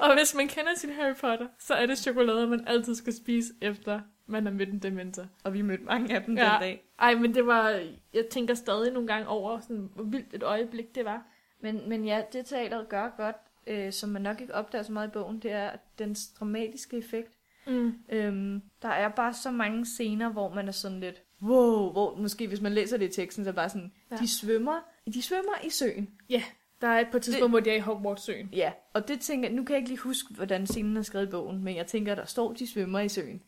og hvis man kender sin Harry Potter, så er det chokolade, man altid skal spise, efter man er mødt en dementor.
Og vi mødte mange af dem
Ja.
den dag.
Ej, men det var, jeg tænker stadig nogle gange over, sådan, hvor vildt et øjeblik det var.
Men, men ja, det teateret gør godt, øh, som man nok ikke opdager så meget i bogen, det er dens dramatiske effekt.
Mm.
Øhm, der er bare så mange scener, hvor man er sådan lidt, wow, hvor måske hvis man læser det i teksten, så er det bare sådan,
Ja.
ja. de svømmer, de svømmer i søen.
Der er et på et tidspunkt, det... hvor de er i Hogwarts-søen.
Ja, og det tænker nu kan jeg ikke lige huske, hvordan scenen er skrevet i bogen, men jeg tænker, der står, de svømmer i søen.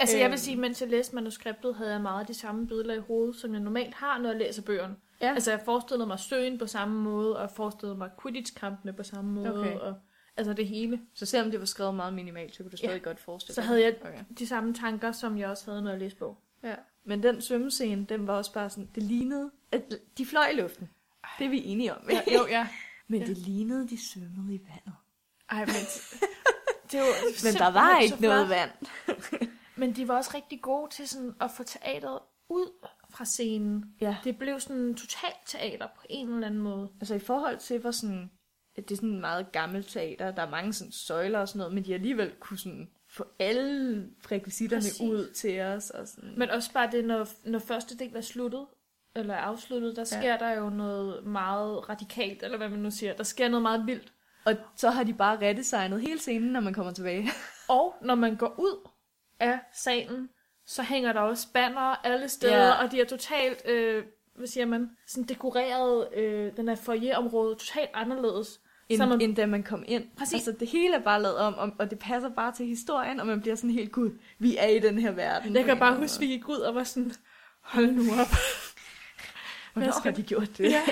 Altså, jeg
Øhm.
vil sige, mens jeg læste manuskriptet, havde jeg meget af de samme billeder i hovedet, som jeg normalt har, når jeg læser bøgerne.
Ja.
Altså, jeg forestillede mig søen på samme måde, og jeg forestillede mig Quidditch-kampene på samme måde,
Okay.
og altså det hele.
Så selvom det var skrevet meget minimalt, så kunne du
Ja.
stadig godt forestille
Så
dig
havde jeg
det. Okay.
de samme tanker, som jeg også havde, når jeg læste bog.
Ja. Men den svømmescene, den var også bare sådan, det lignede, at de fløj i luften. Det er vi enige om.
Ja, jo, ja.
men
ja.
det lignede, de svømmede i vandet.
Ej, men... Det var
Men der var ikke noget vand.
Men de var også rigtig gode til sådan at få teateret ud fra scenen.
Ja.
Det blev sådan totalt teater på en eller anden måde.
Altså i forhold til, hvor sådan, at det er sådan meget gammelt teater, der er mange sådan søjler og sådan noget, men de alligevel kunne sådan få alle rekvisitterne
Præcis.
Præcis. ud til os. Og sådan.
Men også bare det, når, når første del er sluttet, eller er afsluttet, der
Ja.
sker der jo noget meget radikalt, eller hvad man nu siger. Der sker noget meget vildt.
og så har de bare redesignet hele scenen, når man kommer tilbage.
Og når man går ud af salen, så hænger der også banner alle steder,
Ja.
og de er totalt, øh, hvad siger man, sådan dekoreret, øh, den her foyerområde, totalt anderledes. så
end,
man,
man... end da man kom ind.
Præcis.
Altså, det hele er bare lavet om, og, og det passer bare til historien, og man bliver sådan helt, gud, vi er i den her verden.
jeg kan bare huske, vi gik ud og var sådan, hold nu op.
Hvornår
skal-
har de gjort det?
Ja.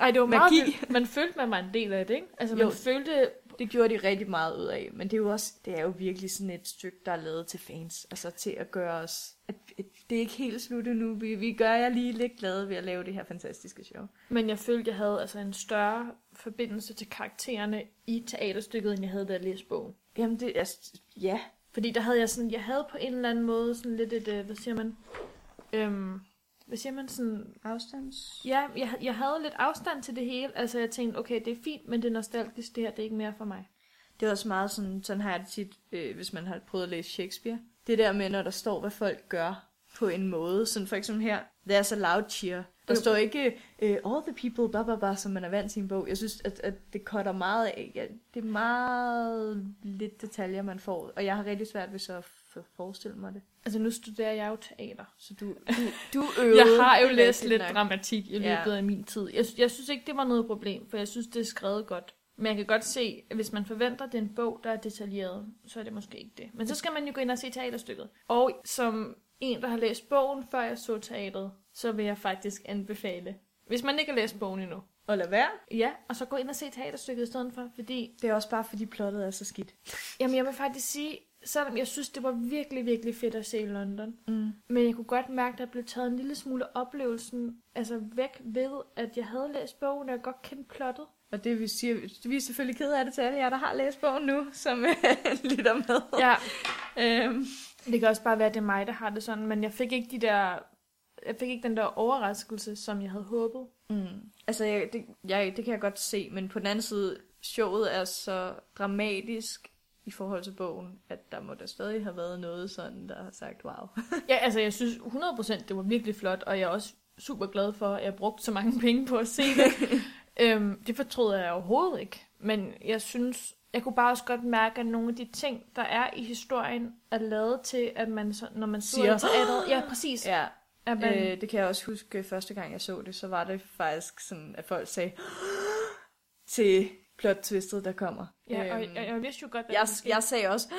Ej, det var meget
Magi.
vildt. Man følte, man var en del af det, ikke? Altså, man
Jo.
følte
Det gjorde de rigtig meget ud af, men det er jo også, det er jo virkelig sådan et stykke, der er lavet til fans, altså til at gøre os, at, at det er ikke helt slut endnu, vi, vi gør jer lige lidt glade ved at lave det her fantastiske show.
Men jeg følte, jeg havde altså en større forbindelse til karaktererne i teaterstykket, end jeg havde, da jeg læste bogen.
Jamen det, altså, ja,
Fordi der havde jeg sådan, jeg havde på en eller anden måde sådan lidt et, øh, hvad siger man, øhm, hvad siger man sådan,
afstands.
ja, jeg, hav- jeg havde lidt afstand til det hele. Altså jeg tænkte, okay, det er fint, men det er nostalgisk, det her, det er ikke mere for mig.
Det er også meget sådan, sådan har jeg det tit, øh, hvis man har prøvet at læse Shakespeare. Det der med, når der står, hvad folk gør på en måde. Sådan for eksempel her, there's a loud cheer. Der
Jo.
står ikke øh, all the people, blah, blah, blah, som man er vant til i en bog. Jeg synes, at, at det cutter meget af. Ja, det er meget lidt detaljer, man får. Og jeg har rigtig svært ved så at f- forestille mig det.
Altså nu studerer jeg jo teater.
Så du, du, du øvede.
Jeg har jo
Det er
læst
rigtigt
lidt
nok.
dramatik i
Ja.
løbet af min tid. Jeg, jeg synes ikke, det var noget problem, for jeg synes, det er skrevet godt. Men jeg kan godt se, at hvis man forventer, at det er en bog, der er detaljeret, så er det måske ikke det. Men så skal man jo gå ind og se teaterstykket. Og som en, der har læst bogen, før jeg så teateret, så vil jeg faktisk anbefale, hvis man ikke har læst bogen endnu,
Og lad være.
ja, og så gå ind og se teaterstykket i stedet for, fordi
Det er også bare, fordi plottet er så skidt.
Jamen, jeg vil faktisk sige, selvom jeg synes, det var virkelig, virkelig fedt at se i London.
Mm.
Men jeg kunne godt mærke, at der blev taget en lille smule oplevelsen altså væk ved, at jeg havde læst bogen, og jeg godt kendte plottet.
Og det vi siger, vi er selvfølgelig ked af det til alle jer, der har læst bogen nu, som øh, lytter med.
Ja,
Øhm,
det kan også bare være, at det er mig, der har det sådan, men jeg fik ikke de der... Jeg fik ikke den der overraskelse, som jeg havde håbet.
mm. Altså, jeg, det, jeg, det kan jeg godt se, men på den anden side, showet er så dramatisk i forhold til bogen, at der må der stadig have været noget sådan, der har sagt wow.
Ja, altså jeg synes 100% det var virkelig flot, og jeg er også super glad for, at jeg brugte så mange penge på at se det. øhm, det fortryder jeg overhovedet ikke, men jeg synes, jeg kunne bare også godt mærke, at nogle af de ting, der er i historien, er lavet til, at man, så, når man sidder
Siger,
i teateret, ja præcis,
Ja,
at man, øh,
øh, det kan jeg også huske, første gang jeg så det, så var det faktisk sådan, at folk sagde til plot twistet, der kommer.
ja, og,
Øhm,
og jeg vidste jo godt, at
jeg,
det skete.
jeg sagde også,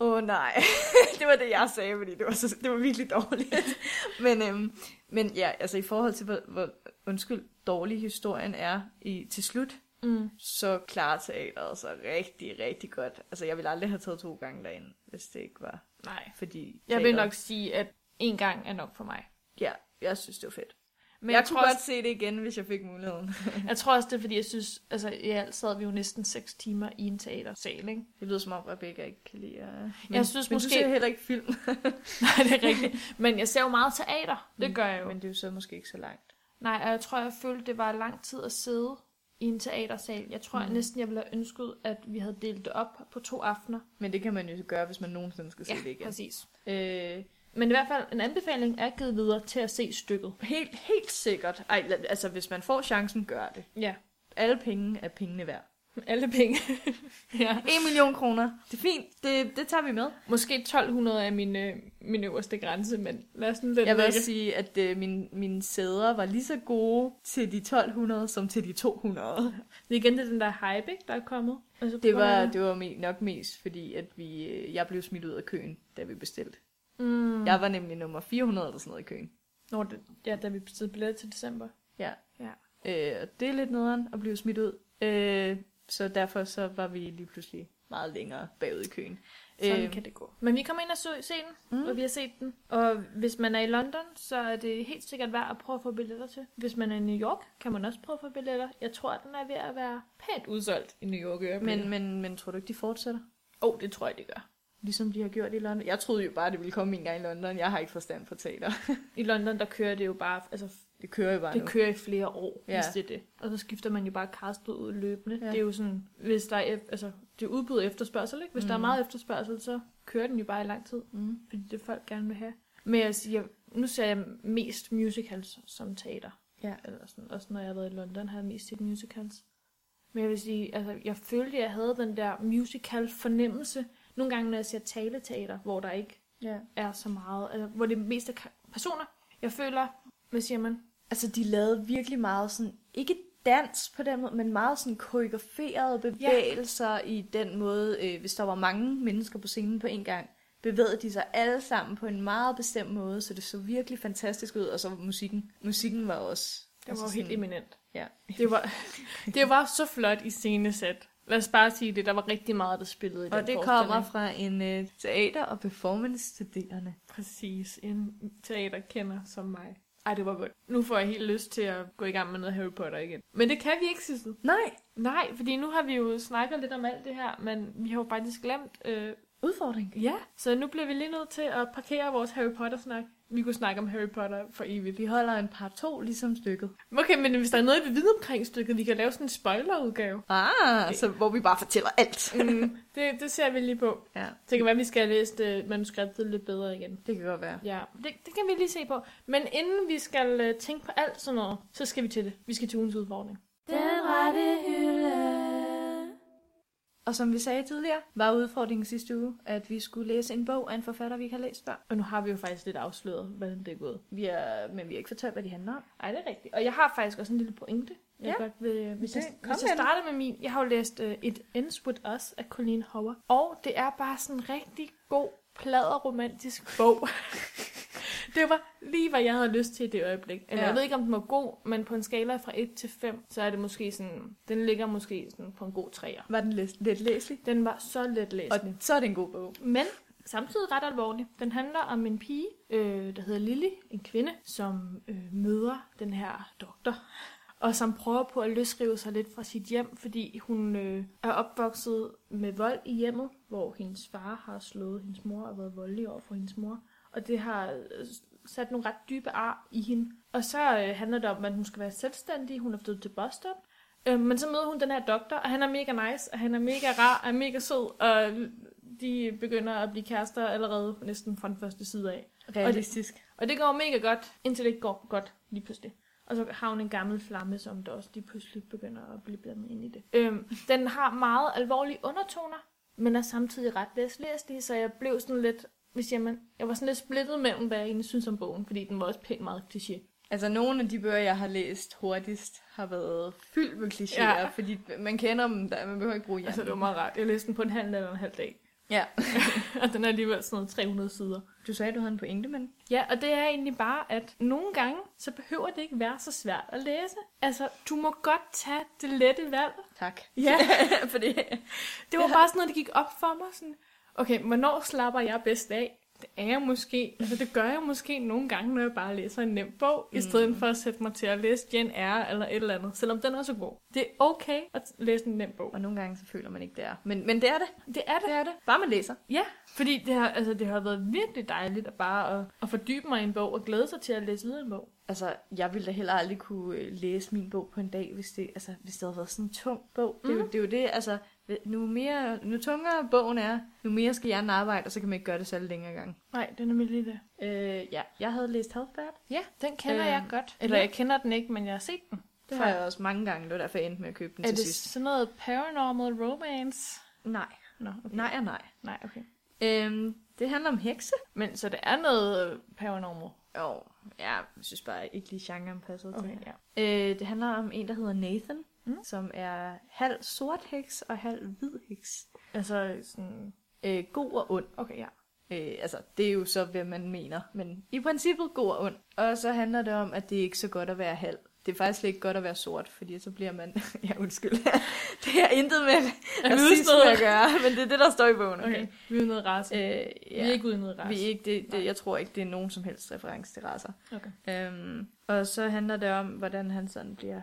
åh oh, nej, det var det, jeg sagde, fordi det var, så, det var virkelig dårligt. men, øhm, men ja, altså i forhold til, hvor, hvor undskyld, dårlig historien er i, til slut,
mm.
så klarer teateret sig rigtig, rigtig godt. Altså jeg ville aldrig have taget to gange derind, hvis det ikke var,
Nej,
fordi...
jeg vil
teateret-
nok sige, at en gang er nok for mig.
Ja, jeg synes, det var fedt.
Men
jeg,
jeg,
jeg
tror
kunne godt
også,
se det igen, hvis jeg fik muligheden.
jeg tror også, det er fordi, jeg synes, altså i alt sad vi jo næsten 6 timer i en teatersal, ikke?
Det lyder som om, Rebecca ikke kan lide at...
Jeg synes
men
måske-
du ser jo heller ikke film.
Nej, det er rigtigt. Men jeg ser jo meget teater. Det
Mm.
gør jeg jo.
men det er jo så måske ikke så langt.
Nej, og jeg tror, jeg følte, det var lang tid at sidde i en teatersal. Jeg tror
Mm.
mm. næsten, jeg ville have ønsket, at vi havde delt det op på to aftener.
Men det kan man jo gøre, hvis man nogensinde skal se det igen.
præcis.
Øh,
Men i hvert fald, en anbefaling er givet videre til at se stykket.
helt, helt sikkert. Ej, la- altså hvis man får chancen, gør det.
Ja,
Alle penge er pengene værd.
alle penge. ja.
En million kroner. Det er fint. Det, det tager vi med.
Måske 1200 er min, øh, min øverste grænse, men lad os nu lade
Jeg vil
det ligge.
også sige, at øh, min, mine sæder var lige så gode til de 1200 som til de 200.
Det er igen det er den der hype, ikke, der er kommet. Altså,
Det var,
corona.
det var me- nok mest, fordi at vi, øh, jeg blev smidt ud af køen, da vi bestilte.
Mm.
Jeg var nemlig nummer 400 eller sådan noget i køen.
Nå, det, ja, da vi bestilte billetter til december.
Ja.
Ja.
Øh, og det er lidt nederen at blive smidt ud. Øh, så derfor så var vi lige pludselig meget længere bagud i køen.
Sådan
Øh,
kan det gå. Men vi kommer ind og se, se den,
Mm.
mm. og vi har set den. Og hvis man er i London, så er det helt sikkert værd at prøve at få billetter til. Hvis man er i New York, kan man også prøve at få billetter. Jeg tror, at den er ved at være pænt udsolgt i New York.
Men,
Men,
men, men tror du ikke, de fortsætter?
åh, oh, det tror jeg, det gør.
Ligesom de har gjort i London. Jeg troede jo bare, det ville komme en gang i London. Jeg har ikke forstand på teater.
I London, der kører det jo bare, altså
Det kører jo bare
det
nu.
kører i flere år,
Ja.
ja. hvis det er det. Og så skifter man jo bare castet ud løbende.
Ja.
Ja. Det er jo sådan, hvis der er, ef- altså, det er udbud og efterspørgsel, ikke? Hvis mm. der er
Mm.
meget efterspørgsel, så kører den jo bare i lang tid.
Mm.
fordi det folk gerne vil have. Men jeg siger, nu ser jeg mest musicals som teater.
Ja.
Eller sådan, også når jeg har været i London, har jeg mest set musicals. Men jeg vil sige, altså, jeg følte, jeg havde den der musical fornemmelse. Nogle gange, når jeg ser taleteater, hvor der ikke
Ja.
er så meget, altså, hvor det mest er ka- personer. Jeg føler, hvad siger man?
Altså, de lavede virkelig meget sådan, ikke dans på den måde, men meget sådan koreograferede bevægelser ja. i den måde, øh, hvis der var mange mennesker på scenen på en gang, bevægede de sig alle sammen på en meget bestemt måde, så det så virkelig fantastisk ud, og så musikken. Musikken var også... altså
Det var jo helt eminent.
Ja.
Det var, Altså det var så flot i scenesæt. Lad os bare sige det, der var rigtig meget, der spillede i den
Og det
forestilling.
kommer fra en øh, teater- og performance-studerende.
Præcis. En teaterkender som mig. Ej, det var godt. Nu får jeg helt lyst til at gå i gang med noget Harry Potter igen. Men det kan vi ikke, Sissel.
Nej,
Nej, fordi nu har vi jo snakket lidt om alt det her, men vi har jo faktisk glemt... Øh,
udfordring.
ja, så nu bliver vi lige nødt til at parkere vores Harry Potter-snak. Vi kunne snakke om Harry Potter for evigt.
Vi holder en par to ligesom stykket.
Okay, men hvis der er noget, vi ved omkring stykket, vi kan lave sådan en spoilerudgave.
Ah, så hvor vi bare fortæller alt.
Mm, det, det ser vi lige på.
Ja,
Det kan være, vi skal læse øh, manuskriptet lidt bedre igen.
det kan godt være.
Ja, det, det kan vi lige se på. Men inden vi skal øh, tænke på alt sådan noget, så skal vi til det. Vi skal til ugens udfordring.
Den rette hylde.
Og som vi sagde tidligere, var udfordringen sidste uge, at vi skulle læse en bog af en forfatter, vi ikke har læst før.
Og nu har vi jo faktisk lidt afsløret, hvordan det er gået.
Vi er, men vi har ikke fortalt, hvad de handler om.
Ej, det er rigtigt. Og jeg har faktisk også en lille pointe. Jeg
Ja.
godt vil, øh, hvis,
Det-
jeg,
kom
hvis
med
jeg
den.
starter med min, jeg har jo læst uh, It Ends With Us af Colleen Hoover. Og det er bare sådan en rigtig god, plader romantisk bog. Det var lige, hvad jeg havde lyst til i det øjeblik. Eller
Ja.
ja. jeg ved ikke, om den var god, men på en skala fra 1 til 5, så er det måske sådan, den ligger måske sådan på en god 3'er.
Var den læs- let læselig?
Den var så let
Og
læselig.
så er det en god bog.
Men samtidig ret alvorlig. Den handler om en pige, øh, der hedder Lily, en kvinde, som øh, møder den her doktor, og som prøver på at løsrive sig lidt fra sit hjem, fordi hun øh, er opvokset med vold i hjemmet, hvor hendes far har slået hendes mor og været voldelig over for hendes mor. Og det har øh, sat nogle ret dybe ar i hende. Og så øh, handler det om, at hun skal være selvstændig. Hun er flyttet til Boston. Øh, men så møder hun den her doktor, og han er mega nice, og han er mega rar, og er mega sød, og de begynder at blive kærester allerede næsten fra den første side af.
Realistisk.
Og det går mega godt, indtil det ikke går godt lige pludselig. Og så har hun en gammel flamme, som der også lige pludselig begynder at blive blandet ind i det. Øhm, den har meget alvorlige undertoner, men er samtidig ret læslæslig, så jeg blev sådan lidt, hvis jeg, man, jeg var sådan lidt splittet mellem, hvad jeg egentlig synes om bogen, fordi den var også pænt meget kliché.
Altså, nogle af de bøger, jeg har læst hurtigst, har været fyldt med klichéer, ja.
Ja.
fordi man kender dem, der, man behøver ikke bruge hjernen.
Altså, det var meget rart. Jeg læste den på en halv eller en halv dag,
Ja.
og den er alligevel sådan noget 300 sider.
Du sagde, du havde en pointe, men...
Ja, og det er egentlig bare, at nogle gange, så behøver det ikke være så svært at læse. Altså, du må godt tage det lette valg.
Tak.
Ja,
for det.
Det var bare sådan noget, der gik op for mig. Sådan, okay, hvornår slapper jeg bedst af? Det er jeg måske. Altså, det gør jeg måske nogle gange, når jeg bare læser en nem bog, mm. i stedet for at sætte mig til at læse Jane Eyre eller et eller andet, selvom den også er god. Det er okay at læse en nem bog.
Og nogle gange, så føler man ikke, det er. Men, men det er det.
Det er det.
Det er det. Bare man læser.
Ja, fordi det har, altså, det har været virkelig dejligt at bare at, at fordybe mig i en bog og glæde sig til at læse videre en bog.
Altså, jeg ville da heller aldrig kunne øh, læse min bog på en dag, hvis det, altså, hvis det havde været sådan en tung bog. Mm. Det, er jo, det er jo det, altså, nu, mere, nu tungere bogen er, nu mere skal hjernen arbejde, og så kan man ikke gøre det særlig længere gang.
Nej, den er min lille.
Øh, ja, jeg havde læst Halfbert.
Ja, den
kender jeg
godt. Øhm, Eller jeg kender den ikke, men jeg har set den.
Det
har
har jeg også mange gange, det var derfor jeg endte med at købe den
Er
til
det
sidst.
sådan noget paranormal romance?
Nej,
Nå, okay.
nej og nej.
Nej, okay.
Øhm, det handler om hekse.
Men så det er noget øh, paranormal.
Jo, ja, jeg synes bare ikke lige genren passede til.
ja.
Øh, det handler om en, der hedder Nathan, mm.
Mm.
som er halv sort heks og halv hvid heks.
Altså sådan...
Øh, god og ond.
Okay, ja.
Øh, altså, det er jo så, hvad man mener. Men i princippet god og ond. Og så handler det om, at det er ikke så godt at være halv. Det er faktisk slet ikke godt at være sort, fordi så bliver man... ja, undskyld. det har intet med
Er vi
racisme at
udstødere?
gøre, men det er det, der står i bogen.
Okay. Vi er ude i noget race. Øh,
Øh,
ja.
ja.
Vi er ikke ude i noget race.
Vi er ikke det, det, jeg tror ikke, det er nogen som helst reference til raser.
Okay.
Øhm, og så handler det om, hvordan han sådan bliver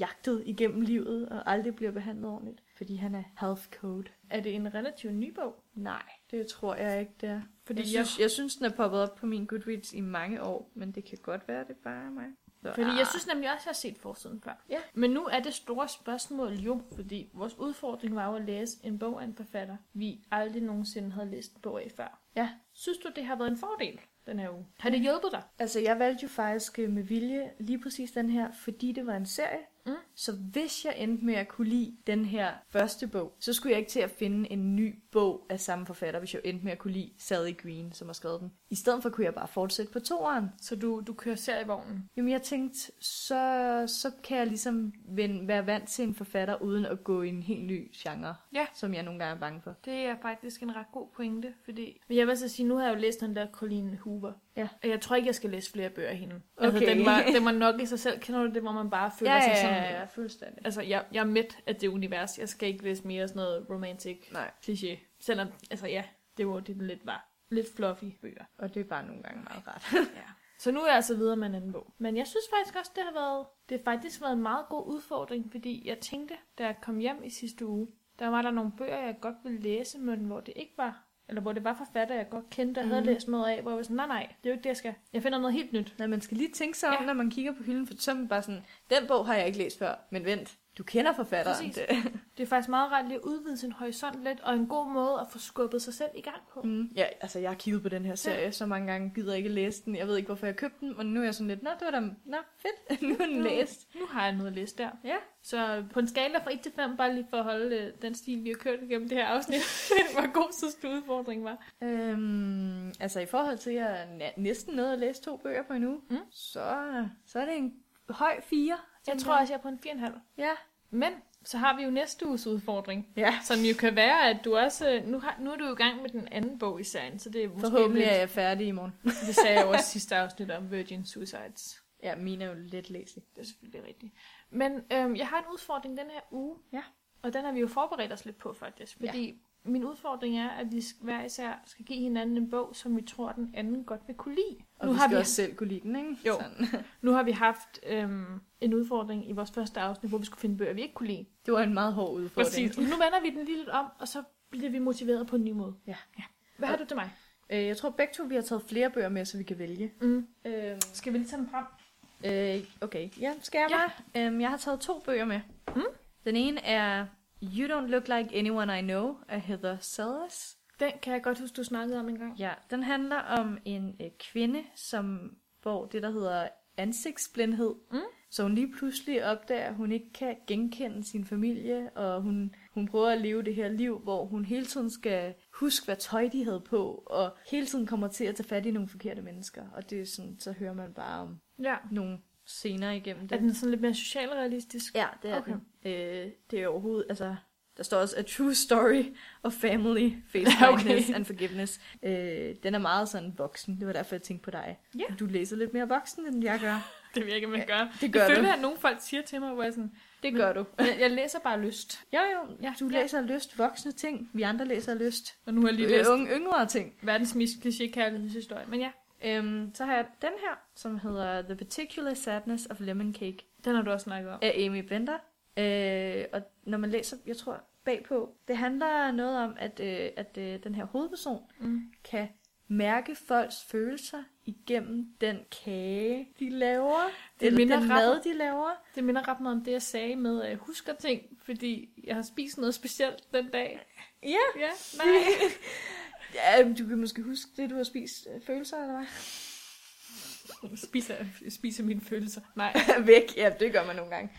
jagtet igennem livet, og aldrig bliver behandlet ordentligt, fordi han er health code.
Er det en relativt ny bog?
Nej, det tror jeg ikke, det er. Fordi
Fordi
jeg, synes, jeg synes, den er poppet op på min Goodreads i mange år, men det kan godt være, det er bare mig. Så,
Fordi
ah,
jeg synes nemlig også, at jeg har set forsiden før.
Ja.
Men nu er det store spørgsmål jo, fordi vores udfordring var jo at læse en bog af en forfatter, vi aldrig nogensinde havde læst en bog af før.
Ja.
Synes du, det har været en fordel den her uge? Har det hjulpet dig?
Altså, jeg valgte jo faktisk øh, med vilje lige præcis den her, fordi det var en serie.
Mm.
Så hvis jeg endte med at kunne lide den her første bog, så skulle jeg ikke til at finde en ny bog af samme forfatter, hvis jeg endte med at kunne lide Sally Green, som har skrevet den. I stedet for kunne jeg bare fortsætte på toeren.
Så du, du kører serievognen?
Jamen, jeg tænkte, så, så kan jeg ligesom vende, være vant til en forfatter, uden at gå i en helt ny genre,
Ja.
som jeg nogle gange er bange for.
Det er faktisk en ret god pointe, fordi... Men jeg vil så sige, nu har jeg jo læst den der Colleen Hoover.
Ja.
Og jeg tror ikke, jeg skal læse flere bøger af hende. Altså,
Okay.
den, var, den var nok i sig selv. Kender du det, hvor man bare føler sig sådan...
fuldstændig.
Altså, jeg, jeg er midt af det univers. Jeg skal ikke læse mere sådan noget romantic
Nej,
kliché. Selvom, altså ja, det var det, den lidt var. Lidt fluffy bøger.
og det er bare nogle gange meget rart.
ja. Så nu er jeg altså videre med en anden bog. Men jeg synes faktisk også, det har været, det har faktisk været en meget god udfordring, fordi jeg tænkte, da jeg kom hjem i sidste uge, der var der nogle bøger, jeg godt ville læse, men hvor det ikke var eller hvor det var forfatter, jeg godt kendte, og havde
Mhm.
læst noget af, hvor jeg var sådan, nej, nej, det er jo ikke det, jeg skal. Jeg finder noget helt nyt.
Når man skal lige tænke sig om, ja.
Ja.
når man kigger på hylden, for så er man bare sådan, den bog har jeg ikke læst før, men vent, du kender forfatteren.
Præcis.
Det.
Det er faktisk meget rart lige at udvide sin horisont lidt, og en god måde at få skubbet sig selv i gang på.
Mm. Ja, altså jeg har kigget på den her serie så mange gange, gider ikke læse den. Jeg ved ikke, hvorfor jeg købte den, og nu er jeg sådan lidt, nå, det var da, nå, fedt, nu er den
Nu-
læst.
Nu har jeg noget at læse der.
Ja.
Så på en skala fra 1 til 5, bare lige for at holde øh, den stil, vi har kørt igennem det her afsnit, hvor god synes du udfordring var.
Øhm, altså i forhold til, at jeg na- næsten nåede at læse to bøger på en uge,
Mm.
så, så er det en høj fire.
Jeg
tænker
tror også, jeg er på en 4,5.
Ja,
Men Så har vi jo næste uges udfordring,
Ja,
som jo kan være, at du også... øh, Nu, har, nu er du i gang med den anden bog i serien, så det er måske
forhåbentlig
lidt...
er jeg færdig i morgen.
Det sagde jeg jo også i sidste afsnit om Virgin Suicides.
Ja, mine er jo let læselig.
Det er selvfølgelig rigtigt. Men øhm, jeg har en udfordring den her uge.
Ja.
Og den har vi jo forberedt os lidt på, faktisk. Fordi ja. min udfordring er, at vi sk- hver især skal give hinanden en bog, som vi tror, den anden godt vil kunne lide.
Og nu vi skal vi... også selv kunne lide den, ikke?
Jo.
Sådan.
nu har vi haft øhm, en udfordring i vores første afsnit, hvor vi skulle finde bøger, vi ikke kunne lide.
Det var en meget hård udfordring.
Nu vender vi den lige lidt om, og så bliver vi motiveret på en ny måde.
Ja.
ja. Hvad har du til mig?
Øh, jeg tror begge to, vi har taget flere bøger med, så vi kan vælge.
Mm.
Øhm,
Skal vi lige tage dem frem?
øh, okay, ja, skal jeg
Ja.
bare? Øhm, jeg har taget to bøger med.
Mm.
Den ene er You Don't Look Like Anyone I Know af Heather Sellers.
Den kan jeg godt huske, du snakkede om en gang.
Ja, den handler om en øh, kvinde, som hvor det, der hedder ansigtsblindhed.
Mm.
Så hun lige pludselig opdager, at hun ikke kan genkende sin familie, og hun, hun prøver at leve det her liv, hvor hun hele tiden skal huske, hvad tøj de havde på, og hele tiden kommer til at tage fat i nogle forkerte mennesker. Og det er sådan, så hører man bare om
Ja.
nogle scener igennem det.
Er den sådan lidt mere socialrealistisk?
Ja, det er
Okay.
okay. den. Øh, det er overhovedet, altså, der står også A True Story of Family, Face
Ja, okay.
Kindness and Forgiveness. Øh, den er meget sådan voksen, det var derfor, jeg tænkte på dig.
Ja.
Du læser lidt mere voksen, end jeg gør.
Det virker, man gør.
Det
Jeg
gør du.
føler, at nogle folk siger til mig, hvor jeg sådan,
Det gør du.
jeg, jeg læser bare lyst.
Jo, jo, ja, du
Ja.
læser lyst voksne ting, vi andre læser lyst
Og nu har jeg lige
øh,
læst
unge, yngre ting.
verdens mest kliché kærlighedshistorie. Men ja,
Øhm, så har jeg den her, som hedder The Particular Sadness of Lemon Cake
den har du også snakket om.
af Amy Bender. Øh, og når man læser, jeg tror, bagpå, det handler noget om, at, øh, at øh, den her hovedperson,
Mm.
kan mærke folks følelser igennem den kage, de laver.
Det
eller
minder
den
ret-
mad, de laver.
Det minder ret meget om det, jeg sagde med, at jeg husker ting, fordi jeg har spist noget specielt den dag.
Ja.
Ja, nej.
ja, men du kan måske huske det, du har spist. øh, Følelser, eller hvad?
spiser, spiser mine følelser. Nej.
Væk. Ja, det gør man nogle gange.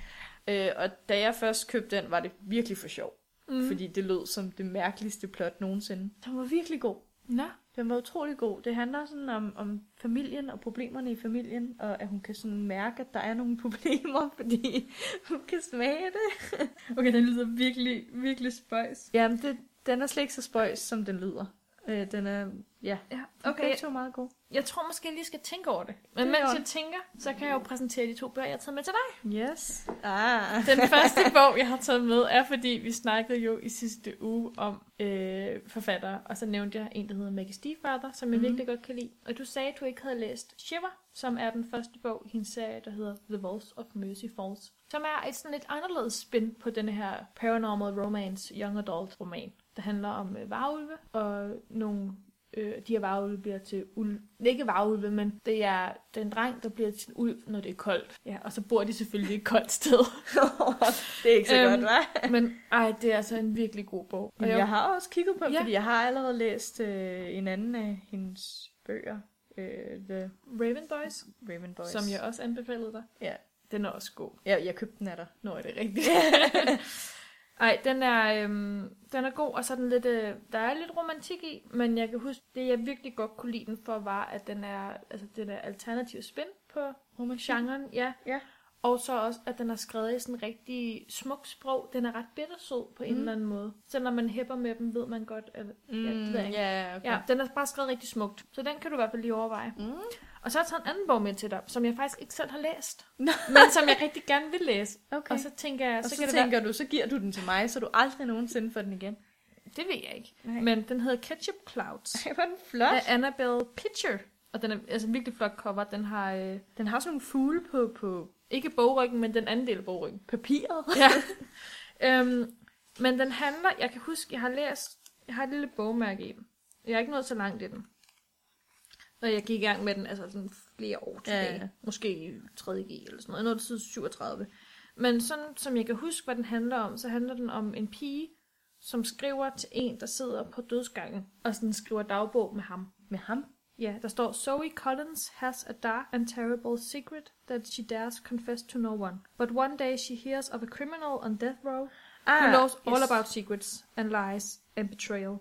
Øh, og da jeg først købte den, var det virkelig for sjov. Mm. Fordi det lød som det mærkeligste plot nogensinde. Den var virkelig god.
Nå,
Den var utrolig god. Det handler sådan om, om familien og problemerne i familien, og at hun kan sådan mærke, at der er nogle problemer, fordi hun kan smage det.
okay, den lyder virkelig, virkelig spøjs.
Jamen, det, den er slet ikke så spøjs, som den lyder. Øh, den er, ja,
Ja,
okay. to er meget god.
Jeg tror måske, jeg lige skal tænke over det.
Det
Men
er
mens
godt.
jeg tænker, så kan jeg jo præsentere de to bøger, jeg har taget med til dig.
Yes. Ah.
Den første bog, jeg har taget med, er fordi vi snakkede jo i sidste uge om øh, forfattere, og så nævnte jeg en, der hedder Maggie Stiefvater, som jeg
Mhm.
mm-hmm. virkelig godt kan lide. Og du sagde, at du ikke havde læst Shiver, som er den første bog i hendes serie, der hedder The Walls of Mercy Falls, som er et sådan lidt anderledes spin på den her paranormal romance, young adult roman, der handler om øh, varulve og nogle øh, de her varulve bliver til ulv. Ikke varulve, men det er den dreng, der bliver til en ulv, når det er koldt. Ja, og så bor de selvfølgelig et koldt sted.
det er ikke så
Øhm,
godt, hva'?
Men ej, det er altså en virkelig god bog. Og
Men
jeg,
jeg har også kigget på den,
Ja.
ja. fordi jeg har allerede læst øh, en anden af hendes bøger. Øh, The
Raven Boys,
Raven Boys.
Boys, som jeg også anbefalede dig,
Ja.
den er også god.
Ja, jeg købte den af dig.
Nå, er det rigtigt. Ej, den er, øhm, den er god, og så er den lidt, øh, der er lidt romantik i, men jeg kan huske, det jeg virkelig godt kunne lide den for, var, at den er, altså det der alternativ spin på genren, ja.
Ja.
Og så også, at den er skrevet i sådan rigtig smuk sprog. Den er ret bittersød på en
Mm.
eller anden måde. Så når man hæpper med dem, ved man godt, at
Mm,
Ja, det ved jeg ikke.
ja, okay.
Ja, den er bare skrevet rigtig smukt. Så den kan du i hvert fald lige overveje.
Mm.
Og så har jeg taget en anden bog med til dig, som jeg faktisk ikke selv har læst.
Nå.
men som jeg rigtig gerne vil læse.
Okay.
Okay. Og så tænker jeg,
og
så,
så,
kan det
tænker du, så giver du den til mig, så du aldrig nogensinde får den igen.
være... Det ved jeg ikke.
Nej.
Men den hedder Ketchup Clouds.
Ej, hvor er den flot.
Af Annabelle Pitcher. Og den er altså en virkelig flot cover. Den har øh,
Den har sådan nogle fugle på, på
ikke bogryggen, men den anden del af bogryggen.
papiret.
ja. øhm, men den handler, jeg kan huske, jeg har læst, jeg har et lille bogmærke i den. Jeg er ikke nået så langt i den. Og jeg gik i gang med den, altså sådan flere år
Ja, ja.
tilbage. Ja. Måske i 3.G eller sådan noget. Jeg nåede til side 37. Men sådan, som jeg kan huske, hvad den handler om, så handler den om en pige, som skriver til en, der sidder på dødsgangen, og sådan skriver dagbog med ham.
Med ham.
Ja, der står, Zoe Collins has a dark and terrible secret that she dares confess to no one. But one day she hears
Ah,
Ah, of a criminal on death row who knows all about secrets and lies and betrayal.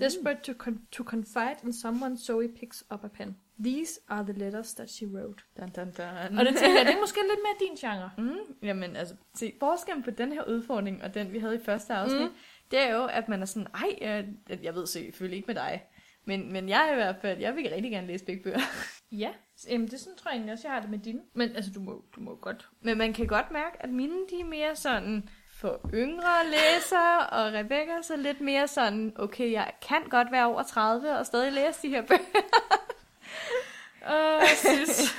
Desperate to, con- to confide in someone, Zoe picks up a pen. These are the letters that she wrote.
Dun, dun, dun.
Og det tænker jeg, det er måske lidt mere din genre.
Mm, jamen altså, se, forskellen på den her udfordring og den, vi havde i første afsnit, mm. det er jo, at man er sådan, ej, jeg, jeg ved selvfølgelig ikke med dig, men, men jeg i hvert fald, jeg vil rigtig gerne læse begge bøger.
Ja, jamen det er sådan, tror jeg egentlig også, jeg har det med dine. Men altså, du må, du må godt.
Men man kan godt mærke, at mine de er mere sådan for yngre læsere, og Rebecca er så lidt mere sådan, okay, jeg kan godt være over 30 og stadig læse de her bøger.
Åh, sis.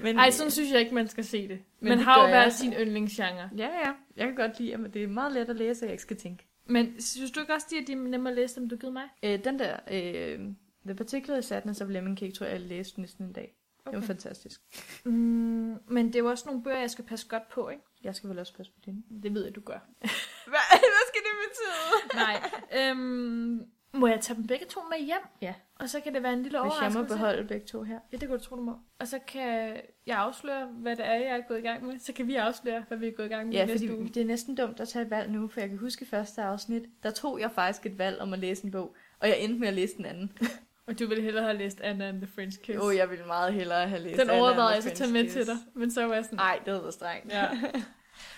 Men,
Ej, sådan synes jeg ikke, man skal se det.
Men
Men man
det
har jo
gør jeg.
hver sin yndlingsgenre.
Ja, ja. Jeg kan godt lide, at det er meget let at læse, og jeg ikke skal tænke.
Men synes du ikke også, at de er nemmere at læse, dem du har givet mig?
Øh, den der, øh, The Particular Sadness of Lemon Cake, tror jeg, jeg læste næsten en dag. Okay. Det var fantastisk.
Mm, men det er jo også nogle bøger, jeg skal passe godt på, ikke?
Jeg skal vel også passe på dine.
Det ved jeg, du gør.
Hvad, hvad skal det betyde?
Nej. øhm, må jeg tage dem begge to med hjem?
Ja.
Og så kan det være en lille
Hvis jeg
overraskelse.
må beholde begge to her.
Ja, det kan du tro, du må. Og så kan jeg afsløre, hvad det er, jeg er gået i gang med. Så kan vi afsløre, hvad vi er gået i gang med
Ja,
næste
fordi
uge.
det er næsten dumt at tage et valg nu, for jeg kan huske i første afsnit, der tog jeg faktisk et valg om at læse en bog, og jeg endte med at læse den anden.
Og du ville hellere have læst Anna and the French Kiss.
Åh, oh, jeg ville meget hellere have læst
Den
Anna and
overvejede jeg så
the
at tage
French
med til
Kiss.
dig, men så var jeg sådan...
Nej, det var strengt.
Ja.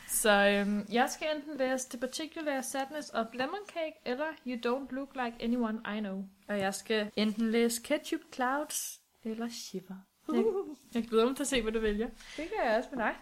Så øhm, jeg skal enten læse The Particular Sadness of Lemon Cake, eller You Don't Look Like Anyone I Know.
Og jeg skal enten læse Ketchup Clouds eller Shiver.
Jeg glæder mig til at se, hvad du vælger.
Det kan jeg også med dig.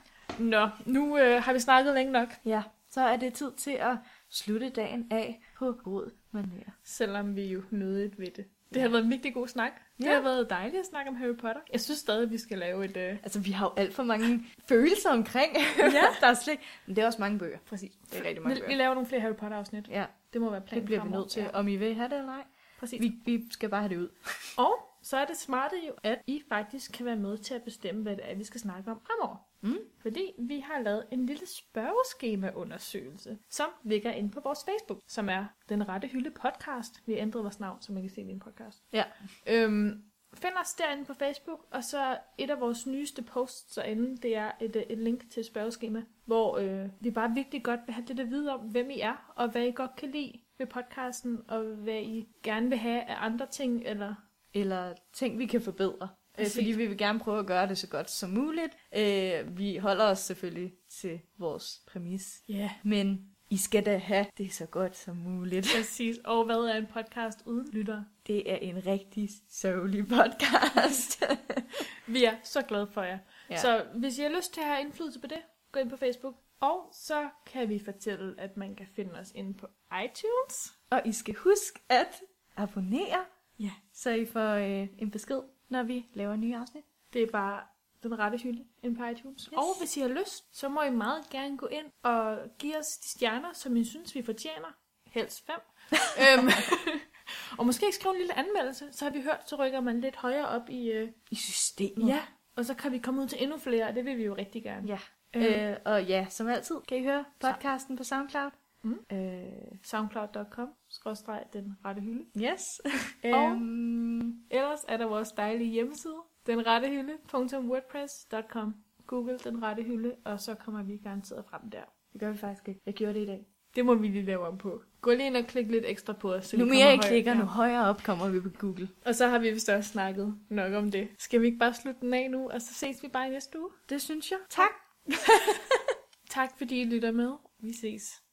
Nå, nu øh, har vi snakket længe nok,
Ja, så er det tid til at slutte dagen af på god manér.
selvom vi jo nødigt ved det. Det har været en virkelig god snak. Det
Ja.
har været dejligt at snakke om Harry Potter. Jeg synes stadig, at vi skal lave et... Øh...
Altså, vi har jo alt for mange følelser omkring. Ja. der er slet... ikke- Men det er også mange bøger.
Præcis.
Det er rigtig mange
Vi, vi
bøger.
laver nogle flere Harry Potter-afsnit.
Ja,
Det må være planen
det bliver vi
fremover.
nødt til.
Ja.
Om I vil have det eller ej.
Præcis.
Vi, vi skal bare have det ud.
Og så er det smarte jo, at I faktisk kan være med til at bestemme, hvad det er, vi skal snakke om fremover.
Mm.
Fordi vi har lavet en lille spørgeskemaundersøgelse, som ligger inde på vores Facebook, som er Den Rette Hylde Podcast. Vi har ændret vores navn, så man kan se min podcast.
Ja.
Øhm, find os derinde på Facebook, og så et af vores nyeste posts derinde, det er et, øh, et link til et spørgeskema, hvor øh, vi bare virkelig godt vil have lidt at vide om, hvem I er, og hvad I godt kan lide ved podcasten, og hvad I gerne vil have af andre ting, eller
Eller ting, vi kan forbedre. Øh,
Præcis.
fordi vi vil gerne prøve at gøre det så godt som muligt. Øh, vi holder os selvfølgelig til vores præmis.
ja, yeah.
Men I skal da have det så godt som muligt.
præcis. Og hvad er en podcast uden lyttere?
Det er en rigtig sørgelig podcast.
Vi er så glade for jer.
Ja.
Ja. Så hvis I har lyst til at have indflydelse på det, gå ind på Facebook. Og så kan vi fortælle, at man kan finde os inde på iTunes.
Og I skal huske at abonnere,
Ja.
så I får øh, en besked, når vi laver nye afsnit.
Det er bare den rette hylde inde på iTunes.
Yes.
Yes. Og hvis I har lyst, så må I meget gerne gå ind og give os de stjerner, som I synes, vi fortjener. Helst fem. øhm. Og måske ikke skrive en lille anmeldelse, så har vi hørt, så rykker man lidt højere op i... Øh,
I systemet.
ja, og så kan vi komme ud til endnu flere, og det vil vi jo rigtig gerne.
ja.
Øh,
Øh, og ja, som altid, kan I høre podcasten på SoundCloud?
Mm.
Øh,
soundcloud.com, skråstreg den rette hylde.
yes.
Og-
øhm,
Ellers er der vores dejlige hjemmeside, denrettehylde.wordpress.com. Google den rette hylde, og så kommer vi garanteret frem der.
det gør vi faktisk ikke. Jeg gjorde det i dag.
Det må vi lige lave om på. Gå lige ind og klik lidt ekstra på os. Så
nu
vi
mere
kommer
jeg
højere.
klikker,
Ja.
nu højere op kommer vi på Google.
Og så har vi vist også snakket nok om det. Skal vi ikke bare slutte den af nu, og så ses vi bare i næste uge?
Det synes jeg. Tak.
Tak fordi I lytter med. Vi ses.